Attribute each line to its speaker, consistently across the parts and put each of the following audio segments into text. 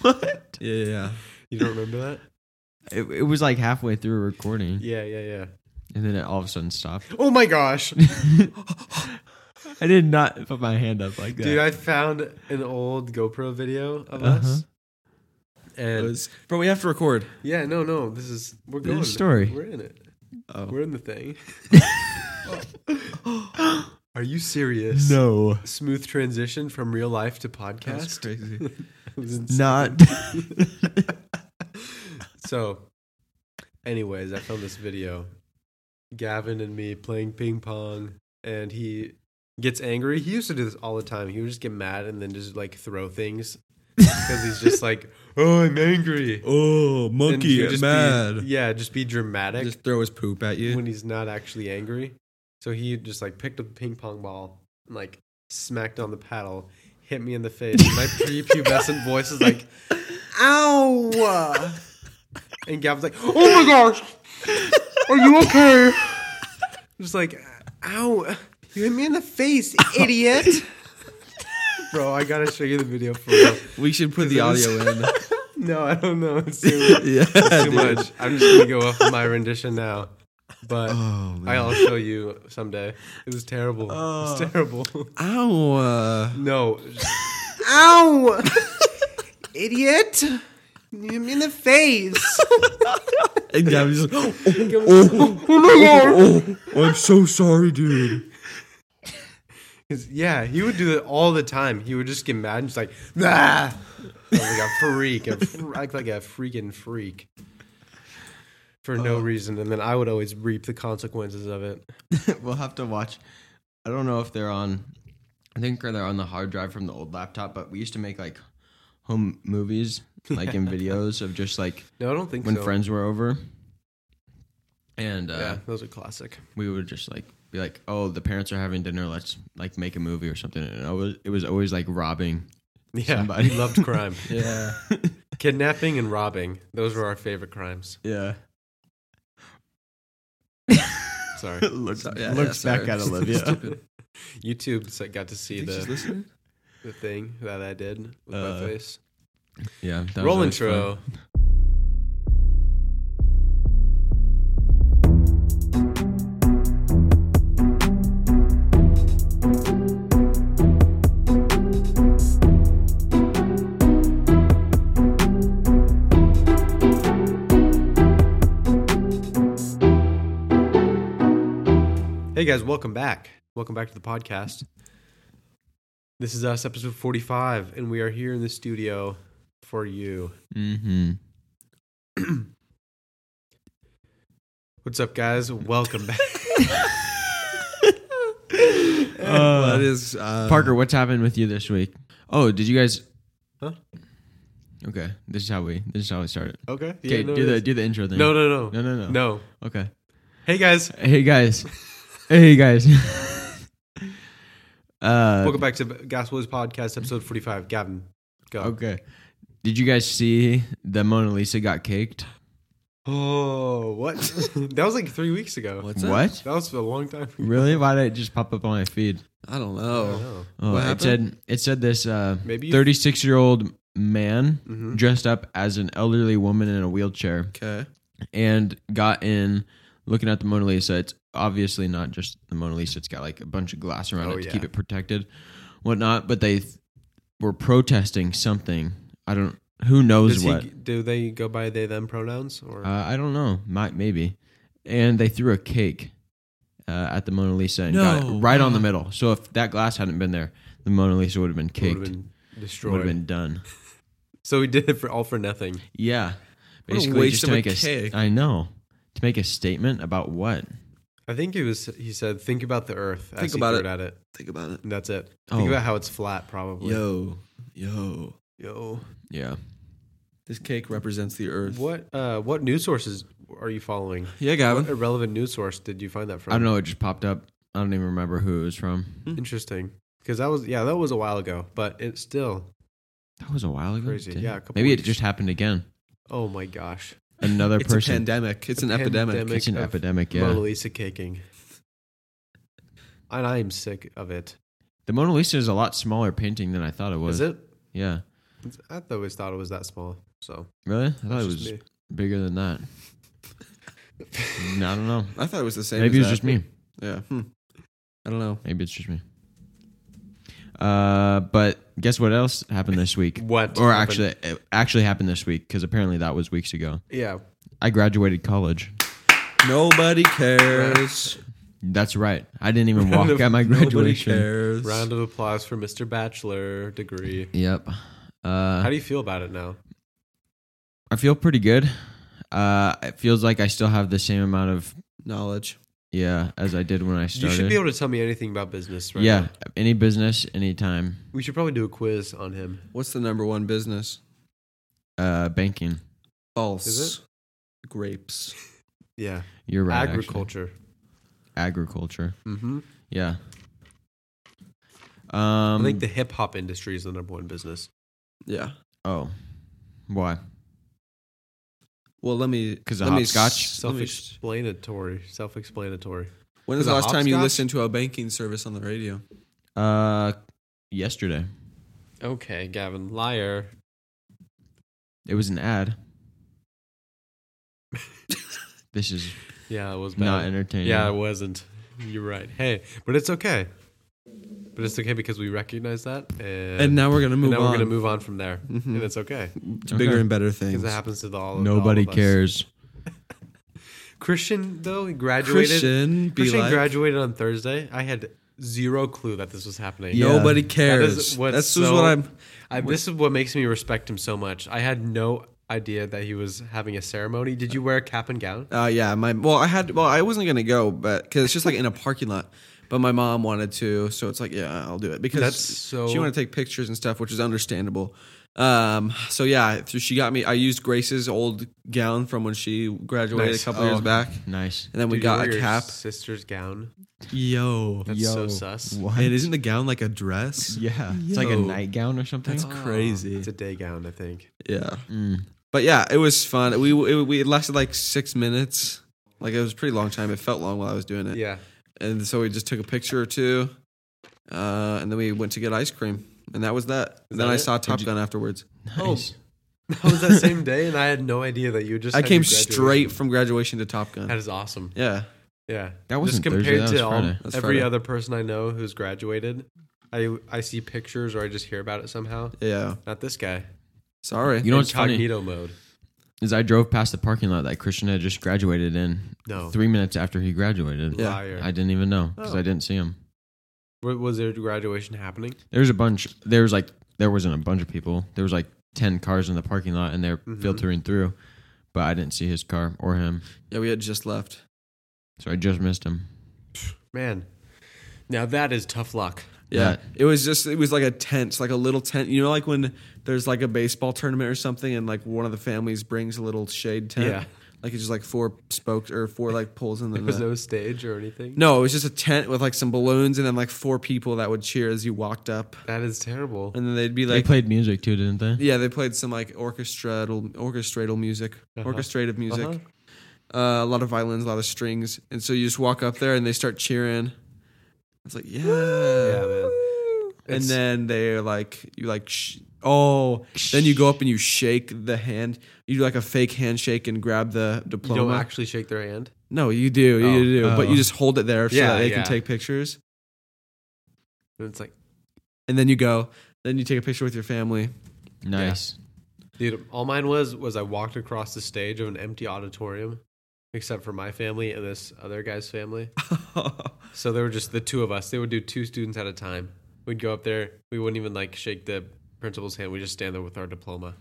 Speaker 1: what?
Speaker 2: Yeah, yeah, yeah.
Speaker 1: You don't remember that?
Speaker 2: Mm. It, it was like halfway through recording,
Speaker 1: Yeah, yeah, yeah.
Speaker 2: and then it all of a sudden stopped.
Speaker 1: Oh my gosh.
Speaker 2: I did not put my hand up like that.
Speaker 1: Dude, I found an old GoPro video of
Speaker 2: Uh-huh.
Speaker 1: us.
Speaker 2: It
Speaker 1: And
Speaker 2: was- bro, we have to record.
Speaker 1: yeah, no, no, this is we're
Speaker 2: There's a
Speaker 1: going.
Speaker 2: story.
Speaker 1: We're in it.
Speaker 2: Oh
Speaker 1: We're in the thing. Are you serious?
Speaker 2: no,
Speaker 1: Smooth transition from real life to podcast.
Speaker 2: that was crazy.
Speaker 1: It was insane.
Speaker 2: Not.
Speaker 1: So, anyways, I found this video. Gavin and me playing ping pong, and he gets angry. He used to do this all the time. He would just get mad and then just like throw things because he's just like, "Oh, I'm angry."
Speaker 2: oh,
Speaker 1: And he
Speaker 2: monkey,
Speaker 1: would just be-
Speaker 2: mad.
Speaker 1: yeah, just be dramatic
Speaker 2: Just throw his poop at you.
Speaker 1: when he's not actually angry. So he just like picked up the ping pong ball and like smacked on the paddle, hit me in the face. And my prepubescent voice is like, "Ow!" And Gavin's like, "Oh my gosh, are you okay?" Just like, "Ow! You hit me in the face, idiot!" Bro, I gotta show you the video for real.
Speaker 2: We should put the
Speaker 1: Cause
Speaker 2: audio
Speaker 1: it
Speaker 2: in.
Speaker 1: No, I don't know. It's too,
Speaker 2: yeah,
Speaker 1: it's too
Speaker 2: dude.
Speaker 1: much. I'm just gonna go off of my rendition now. But
Speaker 2: Oh man.
Speaker 1: I'll show you someday. It was terrible. It
Speaker 2: Oh.
Speaker 1: was terrible.
Speaker 2: Ow. uh,
Speaker 1: no. Ow! Idiot! You hit me in the face.
Speaker 2: And Gabby's like, oh, oh, oh, oh, oh, I'm so sorry, dude.
Speaker 1: 'Cause, yeah, he would do that all the time. He would just get mad and just like, nah! Like a freak. A fr- act like a freaking freak. For
Speaker 2: Oh.
Speaker 1: no reason. And then I would always reap the consequences of it.
Speaker 2: we'll have to watch. I don't know if they're on. I think they're on the hard drive from the old laptop, but we used to make like home movies, like in videos of just like
Speaker 1: No, I don't think
Speaker 2: when
Speaker 1: so.
Speaker 2: friends were over, and uh,
Speaker 1: yeah, those are classic.
Speaker 2: we would just like be like, "Oh, the parents are having dinner. Let's like make a movie or something." And it was, it was always like robbing.
Speaker 1: Yeah,
Speaker 2: Somebody.
Speaker 1: we loved crime.
Speaker 2: Yeah,
Speaker 1: Kidnapping and robbing. Those were our favorite crimes.
Speaker 2: yeah.
Speaker 1: Sorry.
Speaker 2: looks
Speaker 1: Sorry.
Speaker 2: looks back at Olivia.
Speaker 1: YouTube s- got to see the, the thing that I did with
Speaker 2: Uh,
Speaker 1: my face.
Speaker 2: yeah, that was
Speaker 1: Roll
Speaker 2: always fun.
Speaker 1: intro. Hey guys, welcome back. Welcome back to the podcast. This is us, episode 45, and we are here in the studio for you.
Speaker 2: Mm-hmm.
Speaker 1: What's up, guys? Welcome back.
Speaker 2: Uh,
Speaker 3: that is uh,
Speaker 2: Parker, what's happened with you this week? Oh, did you guys?
Speaker 1: Huh?
Speaker 2: Okay, this is how we this is how we started.
Speaker 1: Okay.
Speaker 2: Okay,
Speaker 1: Yeah, no,
Speaker 2: do
Speaker 1: it
Speaker 2: the
Speaker 1: is.
Speaker 2: do the intro thing.
Speaker 1: no, no, no,
Speaker 2: no, no, no.
Speaker 1: no.
Speaker 2: Okay.
Speaker 1: Hey, guys.
Speaker 2: Hey guys. hey guys. uh,
Speaker 1: Welcome back to Gospel's Podcast, episode 45. Gavin, go.
Speaker 2: okay. Did you guys see the Mona Lisa got caked?
Speaker 1: Oh, what? that was like three weeks ago.
Speaker 3: What's that?
Speaker 2: what?
Speaker 1: That was a long time ago.
Speaker 2: Really? Why did it just pop up on my feed?
Speaker 3: I don't
Speaker 1: I don't
Speaker 3: know.
Speaker 1: know.
Speaker 2: Oh,
Speaker 3: What
Speaker 2: it
Speaker 3: happened?
Speaker 2: said it said this uh,
Speaker 1: Maybe you-
Speaker 2: 36 year old man
Speaker 1: Mhm.
Speaker 2: dressed up as an elderly woman in a wheelchair
Speaker 3: Okay.
Speaker 2: and got in looking at the Mona Lisa. It's obviously not just the Mona Lisa, it's got like a bunch of glass around
Speaker 1: Oh,
Speaker 2: it to
Speaker 1: yeah.
Speaker 2: keep it protected, whatnot. But they th- were protesting something. I don't, who knows
Speaker 1: Does
Speaker 2: what.
Speaker 1: he, do they go by they, them pronouns? Or
Speaker 2: uh, I don't know. Might, maybe. And they threw a cake uh, at the Mona Lisa and got it
Speaker 3: No.
Speaker 2: right on the middle. So if that glass hadn't been there, the Mona Lisa would have been
Speaker 1: would have
Speaker 2: caked.
Speaker 1: been destroyed.
Speaker 2: Would have been done.
Speaker 1: so we did it for all for nothing.
Speaker 2: Yeah.
Speaker 3: What a
Speaker 2: Basically,
Speaker 3: waste
Speaker 2: just
Speaker 3: of
Speaker 2: to
Speaker 3: a
Speaker 2: make a, st-
Speaker 3: cake.
Speaker 2: I know. To make a statement about what?
Speaker 1: I think it was, he said, think about the earth. as
Speaker 3: Think
Speaker 1: he
Speaker 3: about
Speaker 1: threw
Speaker 3: it.
Speaker 1: at it.
Speaker 3: Think about it.
Speaker 1: And that's it.
Speaker 2: Oh.
Speaker 1: Think about how it's flat, probably.
Speaker 3: Yo, yo.
Speaker 1: Yo.
Speaker 2: Yeah.
Speaker 3: This cake represents the earth.
Speaker 1: What uh, what news sources are you following?
Speaker 3: Yeah,
Speaker 1: What
Speaker 3: Gavin.
Speaker 1: irrelevant news source did you find that from?
Speaker 2: I don't know. It just popped up. I don't even remember who it was from.
Speaker 1: Interesting, because that was yeah, that was a while ago, but it's still.
Speaker 2: That was a while ago.
Speaker 1: Crazy.
Speaker 2: Dang.
Speaker 1: Yeah, a couple
Speaker 2: Maybe it
Speaker 1: weeks.
Speaker 2: just happened again.
Speaker 1: Oh my gosh,
Speaker 2: Another
Speaker 3: It's a
Speaker 2: person.
Speaker 3: pandemic. It's
Speaker 1: A
Speaker 3: an epidemic.
Speaker 1: pandemic.
Speaker 2: it's an
Speaker 1: of
Speaker 2: epidemic. Yeah.
Speaker 1: Mona Lisa caking, and I am sick of it.
Speaker 2: the Mona Lisa is a lot smaller painting than I thought it was.
Speaker 1: Is it?
Speaker 2: Yeah.
Speaker 1: It's- I th- always thought it was that small. So
Speaker 2: Really? I thought it
Speaker 1: it's just
Speaker 2: was
Speaker 1: me.
Speaker 2: bigger than that. Mm, I don't know.
Speaker 3: I thought it was the same.
Speaker 2: Maybe
Speaker 3: as
Speaker 2: it's just
Speaker 3: that.
Speaker 2: me.
Speaker 3: Yeah. Hmm. I don't know.
Speaker 2: Maybe it's just me. Uh, but guess what else happened this week?
Speaker 1: What
Speaker 2: Or
Speaker 1: happened?
Speaker 2: actually, it actually happened this week because apparently that was weeks ago.
Speaker 1: yeah,
Speaker 2: I graduated college.
Speaker 3: Nobody cares.
Speaker 2: That's right. I didn't even walk
Speaker 1: of-
Speaker 2: at my
Speaker 3: Nobody
Speaker 2: graduation.
Speaker 3: cares.
Speaker 1: round of applause for Mr. Bachelor degree.
Speaker 2: Yep. Uh,
Speaker 1: How do you feel about it now?
Speaker 2: I feel pretty good. Uh, it feels like I still have the same amount of
Speaker 3: Knowledge.
Speaker 2: yeah as I did when I started.
Speaker 1: You should be able to tell me anything about business, right?
Speaker 2: yeah,
Speaker 1: now.
Speaker 2: any business, anytime.
Speaker 1: we should probably do a quiz on him.
Speaker 3: What's the number one business?
Speaker 2: Uh, banking.
Speaker 3: False.
Speaker 1: Is
Speaker 3: Grapes.
Speaker 1: Yeah,
Speaker 2: You're right. actually.
Speaker 1: agriculture.
Speaker 2: Agriculture.
Speaker 1: Mm-hmm.
Speaker 2: Yeah. Um.
Speaker 1: I think the hip hop industry is the number one business.
Speaker 3: Yeah.
Speaker 2: oh. Why?
Speaker 3: Well, let me.
Speaker 2: 'Cause of
Speaker 3: let me
Speaker 2: hopscotch?
Speaker 3: s- let me s-
Speaker 1: Self-explanatory. Self-explanatory.
Speaker 3: When
Speaker 1: 'Cause
Speaker 3: is the
Speaker 1: of
Speaker 3: last time you
Speaker 1: hopscotch?
Speaker 3: listened to a banking service on the radio?
Speaker 2: Uh, yesterday
Speaker 1: Okay, Gavin, liar.
Speaker 2: it was an ad. this is
Speaker 1: Yeah, it was bad.
Speaker 2: not entertaining.
Speaker 1: Yeah, it wasn't. You're right. Hey, but it's okay. But it's okay because we recognize that, and,
Speaker 3: And now we're gonna
Speaker 1: and
Speaker 3: move
Speaker 1: now
Speaker 3: on
Speaker 1: we're gonna move on from there,
Speaker 3: Mhm.
Speaker 1: and it's okay
Speaker 3: to bigger
Speaker 2: Okay.
Speaker 3: and better
Speaker 1: because
Speaker 3: things.
Speaker 1: it happens to the all.
Speaker 2: Nobody
Speaker 1: all of us.
Speaker 2: cares.
Speaker 1: Christian though he graduated.
Speaker 3: Christian, be
Speaker 1: Christian
Speaker 3: like,
Speaker 1: graduated on Thursday. I had zero clue that this was happening.
Speaker 2: Yeah.
Speaker 3: nobody
Speaker 1: That
Speaker 3: cares.
Speaker 1: is what's
Speaker 3: That's just
Speaker 1: so-
Speaker 3: what I'm.
Speaker 1: I, this is what makes me respect him so much. I had no idea that he was having a ceremony. Did you wear a cap and gown?
Speaker 3: Uh, yeah, my well, I had well, I wasn't gonna go, but because it's just like in a parking lot. But my mom wanted to, so it's like, yeah, I'll do it because
Speaker 1: That's so-
Speaker 3: she wanted to take pictures and stuff, which is understandable. Um, so yeah, so she got me. I used Grace's old gown from when she graduated
Speaker 1: Nice.
Speaker 3: a couple
Speaker 2: Oh.
Speaker 3: years back,
Speaker 2: Nice.
Speaker 3: and then we
Speaker 1: Did you
Speaker 3: got
Speaker 1: wear
Speaker 3: a
Speaker 1: your
Speaker 3: cap.
Speaker 1: Sister's gown.
Speaker 3: Yo,
Speaker 1: That's so sus.
Speaker 2: What?
Speaker 3: it isn't the gown like a dress.
Speaker 2: Yeah, it's like a
Speaker 3: Yo.
Speaker 2: nightgown or something.
Speaker 3: That's crazy.
Speaker 1: It's a day gown, I think.
Speaker 3: Yeah,
Speaker 2: Mm.
Speaker 3: but yeah, it was fun. We it, we it lasted like six minutes. Like it was a pretty long time. It felt long while I was doing it.
Speaker 1: Yeah.
Speaker 3: and so we just took a picture or two, uh, and then we went to get ice cream, and that was that.
Speaker 1: Is
Speaker 3: then
Speaker 1: that
Speaker 3: I
Speaker 1: it?
Speaker 3: saw Top
Speaker 2: Did you-
Speaker 3: Gun afterwards.
Speaker 2: Nice.
Speaker 1: That was that same day, and I had no idea that you just.
Speaker 3: I
Speaker 1: had
Speaker 3: came
Speaker 1: your graduation.
Speaker 3: straight from graduation to Top Gun.
Speaker 1: That is awesome.
Speaker 3: Yeah,
Speaker 1: Yeah,
Speaker 2: That wasn't
Speaker 1: just compared
Speaker 2: Thursday, that was
Speaker 1: to
Speaker 2: Friday.
Speaker 1: all,
Speaker 3: That's
Speaker 1: every
Speaker 3: Friday.
Speaker 1: other person I know who's graduated. I I see pictures or I just hear about it somehow.
Speaker 3: yeah.
Speaker 1: Not this guy.
Speaker 3: Sorry.
Speaker 2: You know what's funny
Speaker 1: Incognito mode.
Speaker 2: is I drove past the parking lot that Christian had just graduated in.
Speaker 1: No.
Speaker 2: Three minutes after he graduated,
Speaker 3: Yeah.
Speaker 1: Liar.
Speaker 2: I didn't even know because
Speaker 1: Oh.
Speaker 2: I didn't see him.
Speaker 1: Wa- was there graduation happening?
Speaker 2: There was a bunch. There was like there wasn't a bunch of people. There was like ten cars in the parking lot, and they're
Speaker 1: Mhm.
Speaker 2: filtering through. But I didn't see his car or him,
Speaker 3: yeah, we had just left.
Speaker 2: so I just missed him.
Speaker 1: Man, now that is tough luck.
Speaker 3: Yeah.
Speaker 2: Right.
Speaker 3: it was just it was like a tent, like a little tent. You know, like when there's like a baseball tournament or something, and like one of the families brings a little shade tent.
Speaker 1: Yeah.
Speaker 3: like it's just like four spokes or four like poles, and
Speaker 1: There
Speaker 3: then
Speaker 1: was
Speaker 3: the-
Speaker 1: no stage or anything.
Speaker 3: no, it was just a tent with like some balloons, and then like four people that would cheer as you walked up,
Speaker 1: That is terrible.
Speaker 3: and then they'd be
Speaker 2: They
Speaker 3: like,
Speaker 2: played music too, didn't they?
Speaker 3: Yeah, they played some like orchestral orchestratal music,
Speaker 1: Uh-huh.
Speaker 3: orchestrative music.
Speaker 1: Uh-huh.
Speaker 3: uh a lot of violins, a lot of strings, and so you just walk up there and they start cheering. It's like yeah,
Speaker 1: Yeah, man.
Speaker 3: and
Speaker 1: It's-
Speaker 3: then they're like you like sh- oh, then you go up and you shake the hand. You do like a fake handshake and grab the
Speaker 1: You
Speaker 3: diploma.
Speaker 1: don't actually shake their hand.
Speaker 3: no, you do, you
Speaker 1: Oh.
Speaker 3: do, but
Speaker 2: Oh.
Speaker 3: you just hold it there so
Speaker 1: Yeah,
Speaker 3: that they
Speaker 1: yeah.
Speaker 3: can take pictures.
Speaker 1: And it's like,
Speaker 3: And then you go, then you take a picture with your family.
Speaker 2: Nice.
Speaker 1: Dude, all mine was was I walked across the stage of an empty auditorium, except for my family and this other guy's family. So there were just the two of us. They would do two students at a time. We'd go up there. We wouldn't even like shake the principal's hand. We just stand there with our diploma.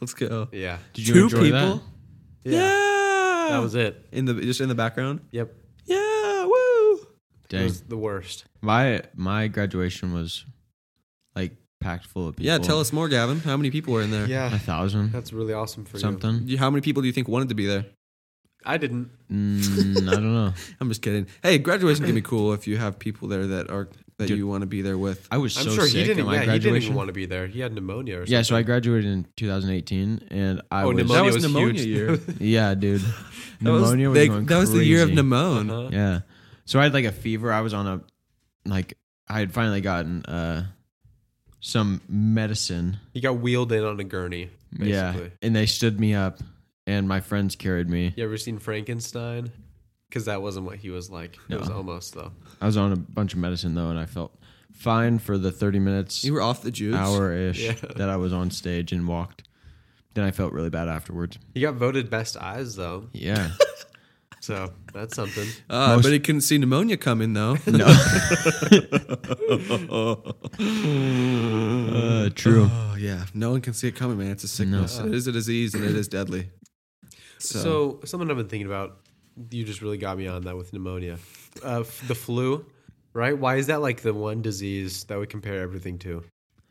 Speaker 3: Let's go.
Speaker 1: Yeah,
Speaker 2: Did you
Speaker 3: Two
Speaker 2: enjoy that?
Speaker 3: people? yeah.
Speaker 1: That was it.
Speaker 3: in the just in the background.
Speaker 1: Yep,
Speaker 3: Yeah, woo.
Speaker 1: it
Speaker 2: Dang.
Speaker 1: was the worst.
Speaker 2: My my graduation was like packed full of people.
Speaker 3: Yeah, tell us more, Gavin. How many people were in there?
Speaker 2: a
Speaker 1: Yeah,
Speaker 2: thousand
Speaker 1: that's really awesome for
Speaker 2: something.
Speaker 3: You- How many people do you think wanted to be there?
Speaker 1: you. I didn't.
Speaker 2: Mm, I don't know.
Speaker 3: I'm just kidding. Hey, graduation can be cool if you have people there that are that
Speaker 2: Dude.
Speaker 3: you want to be there with.
Speaker 2: I was
Speaker 1: I'm
Speaker 2: so
Speaker 1: sure he
Speaker 2: sick
Speaker 1: didn't.
Speaker 2: at my
Speaker 1: Yeah, he
Speaker 2: graduation.
Speaker 1: didn't even want to be there. He had pneumonia or something.
Speaker 2: yeah, so I graduated in 2018, and I
Speaker 1: Oh,
Speaker 2: was
Speaker 1: pneumonia
Speaker 3: that was,
Speaker 1: was
Speaker 3: pneumonia
Speaker 1: huge.
Speaker 3: year. That
Speaker 2: yeah, dude.
Speaker 3: was-
Speaker 2: Pneumonia was,
Speaker 3: they-
Speaker 2: going
Speaker 3: that was the year of
Speaker 2: crazy.
Speaker 3: pneumonia.
Speaker 1: Uh-huh.
Speaker 2: Yeah. So I had like a fever. I was on a like I had finally gotten uh some medicine.
Speaker 1: He got wheeled in on a gurney. Basically.
Speaker 2: Yeah, and they stood me up, and my friends carried me.
Speaker 1: You ever seen Frankenstein? Because that wasn't what he was like. It was almost though.
Speaker 2: I was on a bunch of medicine though, and I felt fine for the thirty minutes,
Speaker 3: You were off the juice.
Speaker 2: hour ish
Speaker 1: Yeah.
Speaker 2: that I was on stage and walked. Then I felt really bad afterwards.
Speaker 1: He got voted best eyes though,
Speaker 2: Yeah,
Speaker 1: so that's something.
Speaker 3: Uh,
Speaker 2: Most-
Speaker 3: but he couldn't see pneumonia coming though.
Speaker 2: no, uh, true.
Speaker 3: Oh yeah, no one can see it coming, man. It's a sickness. It is a disease, and it is deadly. So,
Speaker 2: uh,
Speaker 1: So, something I've been thinking about. You just really got me on that with pneumonia, uh, f- the flu, right? Why is that like the one disease that we compare everything to?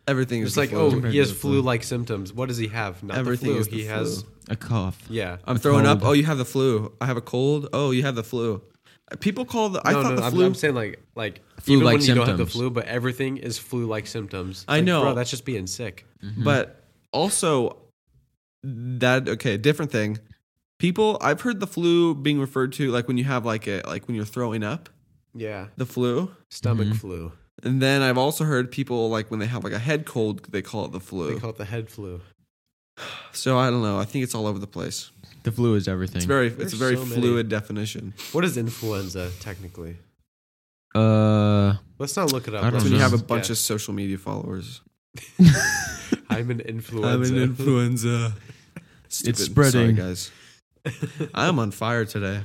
Speaker 3: everything is
Speaker 1: It's
Speaker 3: the
Speaker 1: like,
Speaker 3: flu.
Speaker 1: oh,
Speaker 2: Compared
Speaker 1: he
Speaker 2: to
Speaker 1: has
Speaker 2: the flu.
Speaker 1: flu-like symptoms. What does he have? Not
Speaker 3: Everything
Speaker 1: the flu.
Speaker 3: is the
Speaker 1: he has,
Speaker 3: flu.
Speaker 2: A cough.
Speaker 1: yeah.
Speaker 3: I'm throwing up.
Speaker 2: cold.
Speaker 3: Oh, you have the flu. I have a cold. Oh, you have the flu. People call the. I
Speaker 1: no,
Speaker 3: thought
Speaker 1: no,
Speaker 3: the
Speaker 1: I'm,
Speaker 3: flu.
Speaker 1: I'm saying like, like even
Speaker 2: Flu-like
Speaker 1: when you don't have the
Speaker 2: symptoms.
Speaker 1: flu, but everything is flu-like symptoms.
Speaker 3: I
Speaker 1: Like,
Speaker 3: know.
Speaker 1: bro. That's just being sick.
Speaker 3: But
Speaker 1: Mm-hmm.
Speaker 3: also, that okay, different thing. People, I've heard the flu being referred to like when you have like a like when you're throwing up
Speaker 1: Yeah, Mm-hmm.
Speaker 3: the flu,
Speaker 1: stomach flu.
Speaker 3: and then I've also heard people like when they have like a head cold, they call it the flu.
Speaker 1: They call it the head flu.
Speaker 3: so I don't know. I think it's all over the place.
Speaker 2: The flu is everything.
Speaker 3: It's very
Speaker 1: There's
Speaker 3: it's a very
Speaker 1: so many.
Speaker 3: fluid definition.
Speaker 1: What is influenza technically?
Speaker 2: uh,
Speaker 1: Let's not look it up.
Speaker 2: I don't
Speaker 1: Let's
Speaker 3: It's when you
Speaker 2: know.
Speaker 1: just
Speaker 3: have a bunch
Speaker 1: guess.
Speaker 3: of social media followers.
Speaker 1: I'm an influencer.
Speaker 3: influenza.
Speaker 2: It's spreading.
Speaker 3: guys. I'm on fire today.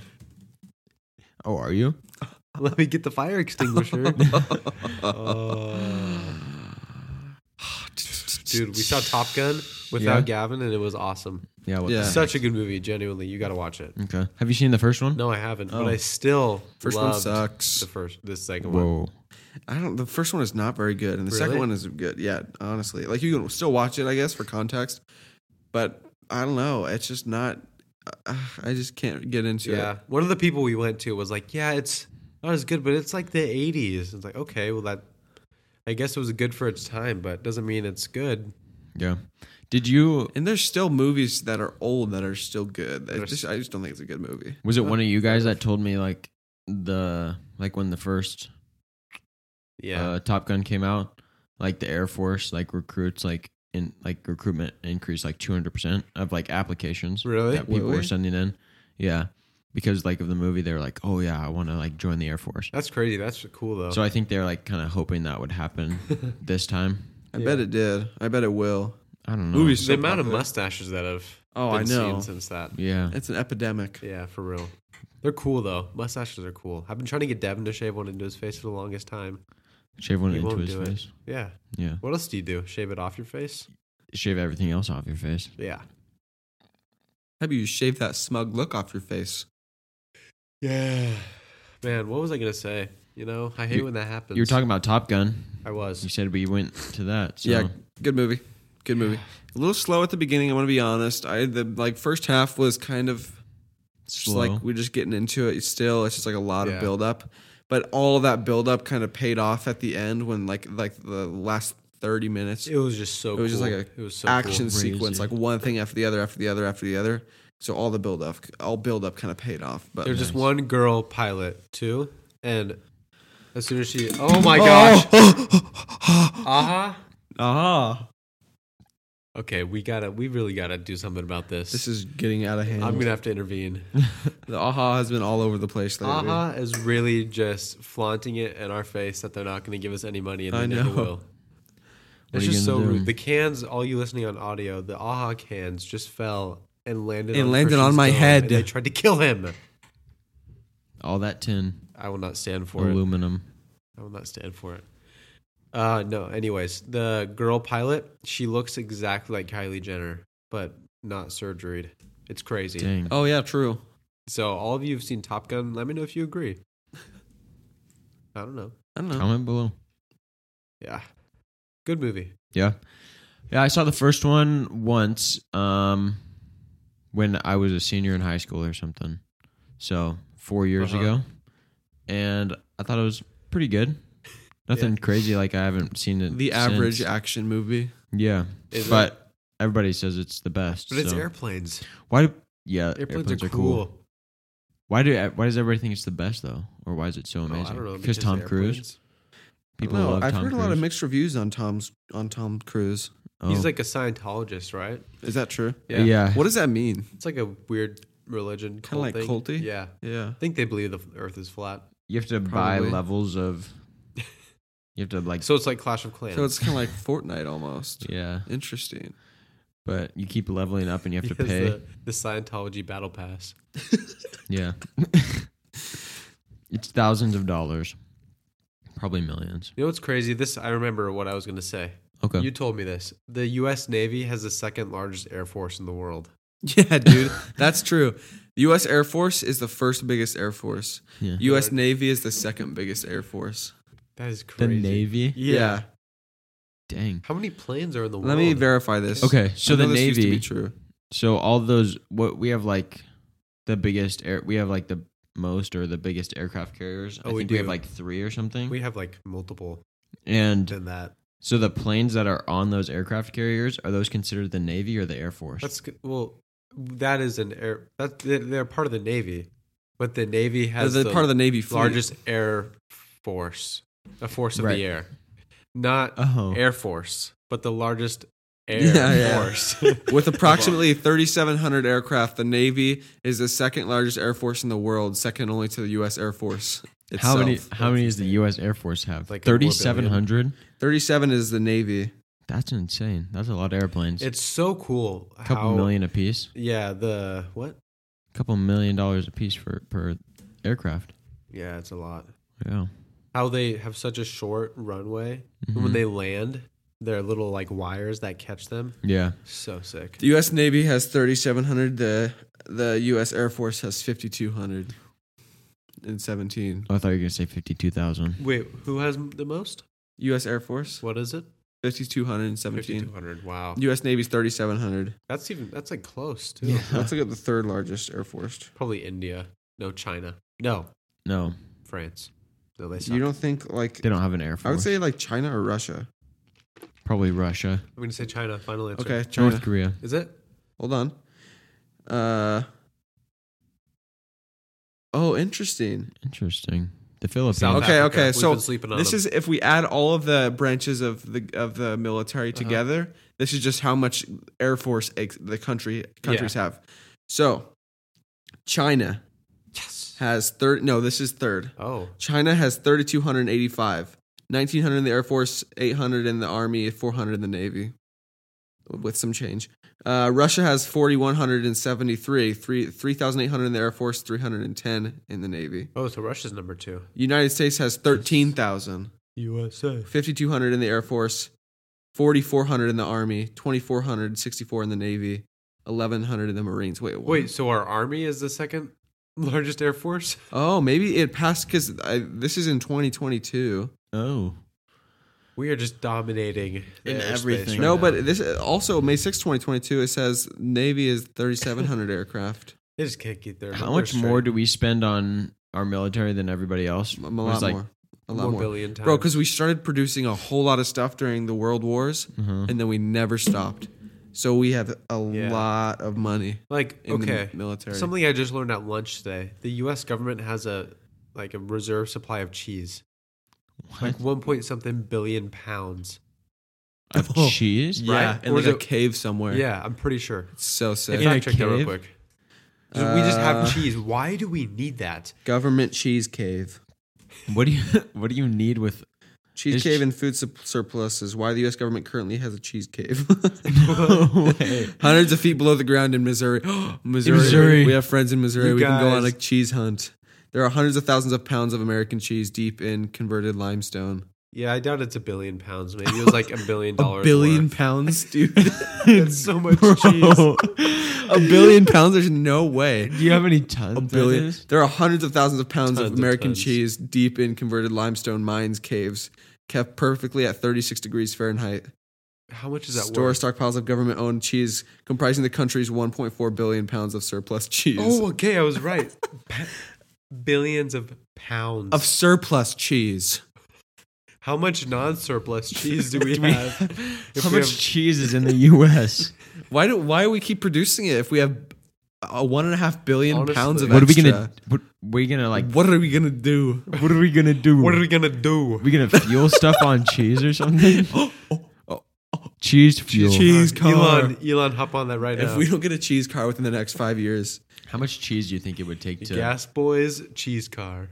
Speaker 2: oh, are you?
Speaker 1: Let me get the fire extinguisher. Oh. Dude, we saw Top Gun without
Speaker 2: Yeah?
Speaker 1: Gavin, and it was awesome.
Speaker 2: Yeah. What
Speaker 3: Yeah.
Speaker 2: the-
Speaker 1: Such a good movie. Genuinely, you got to watch it.
Speaker 2: okay. Have you seen the first one?
Speaker 1: No, I haven't,
Speaker 2: Oh.
Speaker 1: but I still
Speaker 3: Mm. First one
Speaker 1: loved
Speaker 3: sucks.
Speaker 1: The first, this second one.
Speaker 2: Whoa.
Speaker 3: I don't. The first one is not very good, and the second
Speaker 1: Really?
Speaker 3: one is good. Yeah, honestly, like you can still watch it, I guess, for context. But I don't know. It's just not. Uh, I just can't get into
Speaker 1: Yeah,
Speaker 3: it.
Speaker 1: one of the people we went to was like, "Yeah, it's not as good, but it's like the '80s." It's like, okay, well that, I guess it was good for its time, but doesn't mean it's good.
Speaker 2: Yeah. Did you?
Speaker 3: And there's still movies that are old that are still good. I
Speaker 1: There's-
Speaker 3: just, I just don't think it's a good movie.
Speaker 2: Was
Speaker 1: Uh,
Speaker 2: it one of you guys that told me like the like when the first
Speaker 1: Yeah,
Speaker 2: uh, Top Gun came out, like the Air Force like recruits like in like recruitment increased like two hundred percent of like applications
Speaker 1: Really?
Speaker 2: that people were
Speaker 3: Really?
Speaker 2: sending in. Yeah, because like of the movie, they were like, oh yeah, I want to like join the Air Force.
Speaker 1: that's crazy. That's cool though.
Speaker 2: So I think they're like kind of hoping that would happen this time.
Speaker 3: I bet it did. I bet it will.
Speaker 2: I don't know.
Speaker 3: Movies-
Speaker 1: the
Speaker 3: so
Speaker 1: amount of
Speaker 3: popular.
Speaker 1: mustaches that have
Speaker 3: Oh,
Speaker 1: been
Speaker 3: I know.
Speaker 1: seen since that.
Speaker 2: Yeah.
Speaker 3: It's an epidemic.
Speaker 1: Yeah, for real. They're cool though. Mustaches are cool. I've been trying to get Devin to shave one into his face for the longest time.
Speaker 2: Shave one
Speaker 1: He
Speaker 2: into
Speaker 1: won't
Speaker 2: his
Speaker 1: do it.
Speaker 2: face.
Speaker 1: Yeah.
Speaker 2: Yeah.
Speaker 1: What else do you do? Shave it off your face?
Speaker 2: Shave everything else off your face.
Speaker 1: Yeah.
Speaker 3: How about you shave that smug look off your face?
Speaker 1: Yeah. Man, what was I gonna say? You know, I hate
Speaker 2: You-
Speaker 1: when that happens.
Speaker 2: You were talking about Top Gun.
Speaker 1: I
Speaker 2: You
Speaker 1: was.
Speaker 2: said we went to that. So.
Speaker 3: Yeah, good movie. Good movie. A little slow at the beginning. I'm gonna be honest. I the like first half was kind of It's just
Speaker 2: Slow.
Speaker 3: like we're just getting into it still. It's just like a lot
Speaker 1: Yeah.
Speaker 3: of build up. But all that build up kind of paid off at the end when like like the last 30 minutes
Speaker 1: It was just so.
Speaker 3: It was just
Speaker 1: cool.
Speaker 3: like a
Speaker 1: it was so
Speaker 3: action
Speaker 1: cool.
Speaker 2: Crazy.
Speaker 3: sequence like one thing after the other after the other after the other. So all the build up all build up kind of paid off. But
Speaker 1: There's just
Speaker 2: Nice.
Speaker 1: one girl pilot too, and as soon as she, oh my gosh, uh huh.
Speaker 3: ah
Speaker 1: Okay, we gotta, we really gotta do something about this.
Speaker 3: this is getting out of hand.
Speaker 1: I'm gonna have to intervene.
Speaker 3: the aha has been all over the place lately.
Speaker 1: Aha is really just flaunting it in our face that they're not going to give us any money and they
Speaker 3: I
Speaker 1: never
Speaker 3: know.
Speaker 1: will.
Speaker 2: What
Speaker 1: It's
Speaker 2: are you
Speaker 1: just so
Speaker 2: gonna do?
Speaker 1: rude. The cans, all you listening on audio, the Aha cans just fell and landed.
Speaker 3: It
Speaker 1: on
Speaker 3: landed
Speaker 1: Christian's
Speaker 3: on my
Speaker 1: dome,
Speaker 3: head.
Speaker 1: and they tried to kill him.
Speaker 2: All that tin,
Speaker 1: I will not stand
Speaker 3: Oh
Speaker 1: for it.
Speaker 2: aluminum.
Speaker 1: I will not stand for it. Uh, no. Anyways, the girl pilot, she looks exactly like Kylie Jenner, but not surgeried. It's crazy.
Speaker 2: Dang.
Speaker 3: Oh yeah, true.
Speaker 1: So, all of you have seen Top Gun. Let me know if you agree. I don't know.
Speaker 3: I don't know.
Speaker 2: Comment below.
Speaker 1: Yeah, good movie.
Speaker 2: Yeah. Yeah, I saw the first one once um when I was a senior in high school or something. So, 4 years
Speaker 1: Uh-huh.
Speaker 2: ago. And I thought it was pretty good. Nothing crazy like I haven't seen it.
Speaker 3: The
Speaker 2: since.
Speaker 3: average action movie.
Speaker 2: Yeah.
Speaker 1: Is
Speaker 2: but everybody says it's the best.
Speaker 1: But it's
Speaker 2: so- uh,
Speaker 1: airplanes.
Speaker 2: Why do Yeah,
Speaker 1: Airplanes, are, cool. Oh,
Speaker 2: Why do why does everybody think it's the best though? Or why is it so
Speaker 1: No, Oh, I
Speaker 2: amazing?
Speaker 1: don't know,
Speaker 2: Because Tom Cruise.
Speaker 1: airplanes-
Speaker 2: People
Speaker 3: No,
Speaker 2: love
Speaker 3: I've
Speaker 2: Tom
Speaker 3: heard a lot of
Speaker 2: Cruise.
Speaker 3: mixed reviews on Tom's on Tom Cruise.
Speaker 2: Oh.
Speaker 1: He's like a Scientologist, right?
Speaker 3: Is that true?
Speaker 2: yeah. yeah.
Speaker 3: What does that mean?
Speaker 1: It's like a weird religion.
Speaker 3: Kinda like
Speaker 1: thing.
Speaker 3: culty?
Speaker 1: Yeah.
Speaker 3: Yeah.
Speaker 1: I think they believe the earth is flat.
Speaker 2: You have to buy
Speaker 3: Probably.
Speaker 2: levels of. You have to like.
Speaker 1: So it's like Clash of Clans.
Speaker 3: So it's kind of like Fortnite almost.
Speaker 2: yeah,
Speaker 3: Interesting.
Speaker 2: but you keep leveling up and you
Speaker 1: He
Speaker 2: have to
Speaker 1: has
Speaker 2: pay.
Speaker 1: The, the Scientology battle pass.
Speaker 2: Yeah. it's thousands of dollars. Probably millions.
Speaker 1: You know what's crazy? This I remember what I was going to say.
Speaker 2: Okay.
Speaker 1: You told me this. The U.S. Navy has the second largest air force in the world.
Speaker 3: Yeah, dude, that's true. The U.S. Air Force is the first biggest air force.
Speaker 2: Yeah.
Speaker 3: U.S. Navy is the second biggest air force.
Speaker 1: That is
Speaker 2: the
Speaker 1: crazy.
Speaker 2: Navy?
Speaker 1: Yeah.
Speaker 2: Dang.
Speaker 1: How many planes are in the
Speaker 3: Let
Speaker 1: world?
Speaker 3: me verify this.
Speaker 2: Okay, so
Speaker 3: I know
Speaker 2: the
Speaker 3: this used to be
Speaker 2: Navy.
Speaker 3: true.
Speaker 2: So all those what we have like the biggest air we have like the most or the biggest aircraft carriers. I
Speaker 1: Oh, we
Speaker 2: think we have
Speaker 1: do.
Speaker 2: like 3 or something.
Speaker 1: we have like multiple
Speaker 2: and
Speaker 1: than that.
Speaker 2: so the planes that are on those aircraft carriers are those considered the Navy or the Air Force?
Speaker 1: That's good. well, that is an air. That they're- they're part of the Navy, but the Navy
Speaker 3: They're
Speaker 1: has
Speaker 3: the, part of the Navy fleet.
Speaker 1: largest air force, a force of
Speaker 2: Right.
Speaker 1: the air, not
Speaker 2: oh.
Speaker 1: Air Force, but the largest air
Speaker 3: Yeah, yeah.
Speaker 1: force.
Speaker 3: With approximately 3,700 aircraft, the Navy is the second largest air force in the world, second only to the U.S. Air Force.
Speaker 2: how
Speaker 3: Itself.
Speaker 2: many how many does the US Air Force have?
Speaker 1: Like
Speaker 2: 3700.
Speaker 3: 37 is the Navy.
Speaker 2: That's insane. That's a lot of airplanes.
Speaker 1: it's so cool.
Speaker 2: a couple
Speaker 1: how,
Speaker 2: million a piece.
Speaker 1: Yeah. The what?
Speaker 2: couple million dollars a piece for per aircraft.
Speaker 1: Yeah, it's a lot.
Speaker 2: Yeah.
Speaker 1: How they have such a short runway and
Speaker 3: Mm-hmm.
Speaker 2: Mm-hmm.
Speaker 1: when they land. Their little like wires that catch them.
Speaker 2: Yeah.
Speaker 1: So sick.
Speaker 3: The U.S. Navy has 3,700. The the U.S. Air Force has 5,200 and 17.
Speaker 2: I thought you were gonna say fifty-two thousand.
Speaker 1: Wait, who has the most?
Speaker 3: U.S. Air Force
Speaker 1: What is it?
Speaker 3: 5,217.
Speaker 1: 5200. Wow.
Speaker 3: U.S. Navy's 3,700.
Speaker 1: That's even that's like close too.
Speaker 3: Let's look at the third largest Air Force.
Speaker 1: Probably India. No China. No
Speaker 2: No,
Speaker 1: France. No, they suck.
Speaker 3: You don't think like
Speaker 2: they don't have an air force.
Speaker 3: I would say like China or Russia.
Speaker 2: probably Russia,
Speaker 1: I'm gonna say China. Final answer.
Speaker 3: Okay, China.
Speaker 2: North Korea.
Speaker 1: Is it?
Speaker 3: Hold on. Uh. Oh, interesting.
Speaker 2: Interesting. The Philippines.
Speaker 1: South
Speaker 3: Okay,
Speaker 1: Africa.
Speaker 3: okay,
Speaker 1: We've
Speaker 3: so
Speaker 1: been sleeping on
Speaker 3: This
Speaker 1: them.
Speaker 3: is if we add all of the branches of the of the military
Speaker 1: Uh-huh.
Speaker 3: together. This is just how much Air Force ex- the country countries have. So, China
Speaker 1: yes.
Speaker 3: has third. No, this is third.
Speaker 1: Oh,
Speaker 3: China has thirty two hundred eighty five. 1900 in the Air Force, 800 in the Army, 400 in the Navy, with some change. Uh, Russia has 4,173, three- 3,800 in the Air Force, 310 in the Navy.
Speaker 1: oh, so Russia's number two.
Speaker 3: United States has 13,000.
Speaker 1: USA.
Speaker 3: 5,200 in the Air Force, 4,400 in the Army, 2,464 in the Navy, 1,100 in the Marines. Wait, what?
Speaker 1: Wait, so our army is the second largest air force?
Speaker 3: Oh, maybe it passed because this is in 2022.
Speaker 2: Oh,
Speaker 1: We are just dominating the
Speaker 2: In
Speaker 1: airspace
Speaker 2: everything.
Speaker 1: right
Speaker 3: No,
Speaker 1: now.
Speaker 3: but this also May 6, 2022, it says Navy is 3,700 aircraft.
Speaker 1: they just can't get there.
Speaker 2: how much more do we spend on our military than everybody else?
Speaker 3: A, a
Speaker 2: It was
Speaker 3: lot
Speaker 2: like-
Speaker 3: more. A
Speaker 1: More,
Speaker 3: lot more.
Speaker 1: billion times,
Speaker 3: Bro, because we started producing a whole lot of stuff during the World Wars,
Speaker 2: Uh-huh.
Speaker 3: and then we never stopped. So we have a
Speaker 1: Yeah.
Speaker 3: lot of money
Speaker 1: like
Speaker 3: in
Speaker 1: okay,
Speaker 3: the military.
Speaker 1: Something I just learned at lunch today. The U.S. government has a like a reserve supply of cheese, like
Speaker 2: What?
Speaker 1: one point something billion pounds.
Speaker 2: Of
Speaker 3: Oh.
Speaker 2: cheese?
Speaker 3: yeah,
Speaker 1: right?
Speaker 3: in
Speaker 1: Or
Speaker 3: like
Speaker 1: is
Speaker 3: a
Speaker 1: it-
Speaker 3: cave somewhere.
Speaker 1: Yeah, I'm pretty sure.
Speaker 3: It's so
Speaker 1: If
Speaker 3: sick.
Speaker 2: In a
Speaker 1: I checked that real
Speaker 2: cave?
Speaker 1: quick, Just- we just
Speaker 3: Uh,
Speaker 1: have cheese. Why do we need that?
Speaker 3: Government cheese cave.
Speaker 2: What do you What do you need with?
Speaker 3: Cheese
Speaker 2: Is
Speaker 3: cave
Speaker 2: che-
Speaker 3: and food sup- surplus is why the U.S. government currently has a cheese cave.
Speaker 2: No way.
Speaker 3: Hundreds of feet below the ground in Missouri. Missouri.
Speaker 2: Missouri.
Speaker 3: We have friends in Missouri.
Speaker 1: You
Speaker 3: we can go on a
Speaker 1: guys-
Speaker 3: cheese hunt. There are hundreds of thousands of pounds of American cheese deep in converted limestone.
Speaker 1: Yeah, I doubt it's a billion pounds. Maybe it was like a billion
Speaker 3: A
Speaker 1: dollars.
Speaker 3: billion
Speaker 1: worth.
Speaker 3: pounds, dude.
Speaker 1: That's so much cheese.
Speaker 3: a billion pounds? There's no way.
Speaker 2: Do you have any tons?
Speaker 3: A
Speaker 2: that
Speaker 3: billion.
Speaker 2: is?
Speaker 3: There are hundreds of thousands of pounds
Speaker 1: Tons
Speaker 3: of
Speaker 1: of
Speaker 3: American
Speaker 1: tons.
Speaker 3: cheese deep in converted limestone mines caves, kept perfectly at 36 degrees Fahrenheit.
Speaker 1: How much is that
Speaker 3: Store
Speaker 1: worth?
Speaker 3: stockpiles of government-owned cheese, comprising the country's 1.4 billion pounds of surplus cheese.
Speaker 1: Oh, okay, I was right. Pa- Billions of pounds.
Speaker 3: Of surplus cheese.
Speaker 1: How much non-surplus cheese do we have? If
Speaker 2: How
Speaker 1: we
Speaker 2: much
Speaker 1: have-
Speaker 2: cheese is in the U.S.?
Speaker 3: Why do why do we keep producing it if we have a one and a half billion pounds
Speaker 1: Honestly.
Speaker 3: of
Speaker 2: What are we
Speaker 3: extra.
Speaker 2: gonna? What we gonna like?
Speaker 3: What are we gonna do?
Speaker 2: What are we gonna do?
Speaker 1: What are we gonna do?
Speaker 2: we gonna fuel stuff on cheese or something? oh, cheese fuel.
Speaker 3: Cheese car.
Speaker 1: Elon, Elon, hop on that right
Speaker 3: If
Speaker 1: now.
Speaker 3: we don't get a cheese car within the next five years,
Speaker 2: How much cheese do you think it would take to?
Speaker 1: Gas boys, cheese car.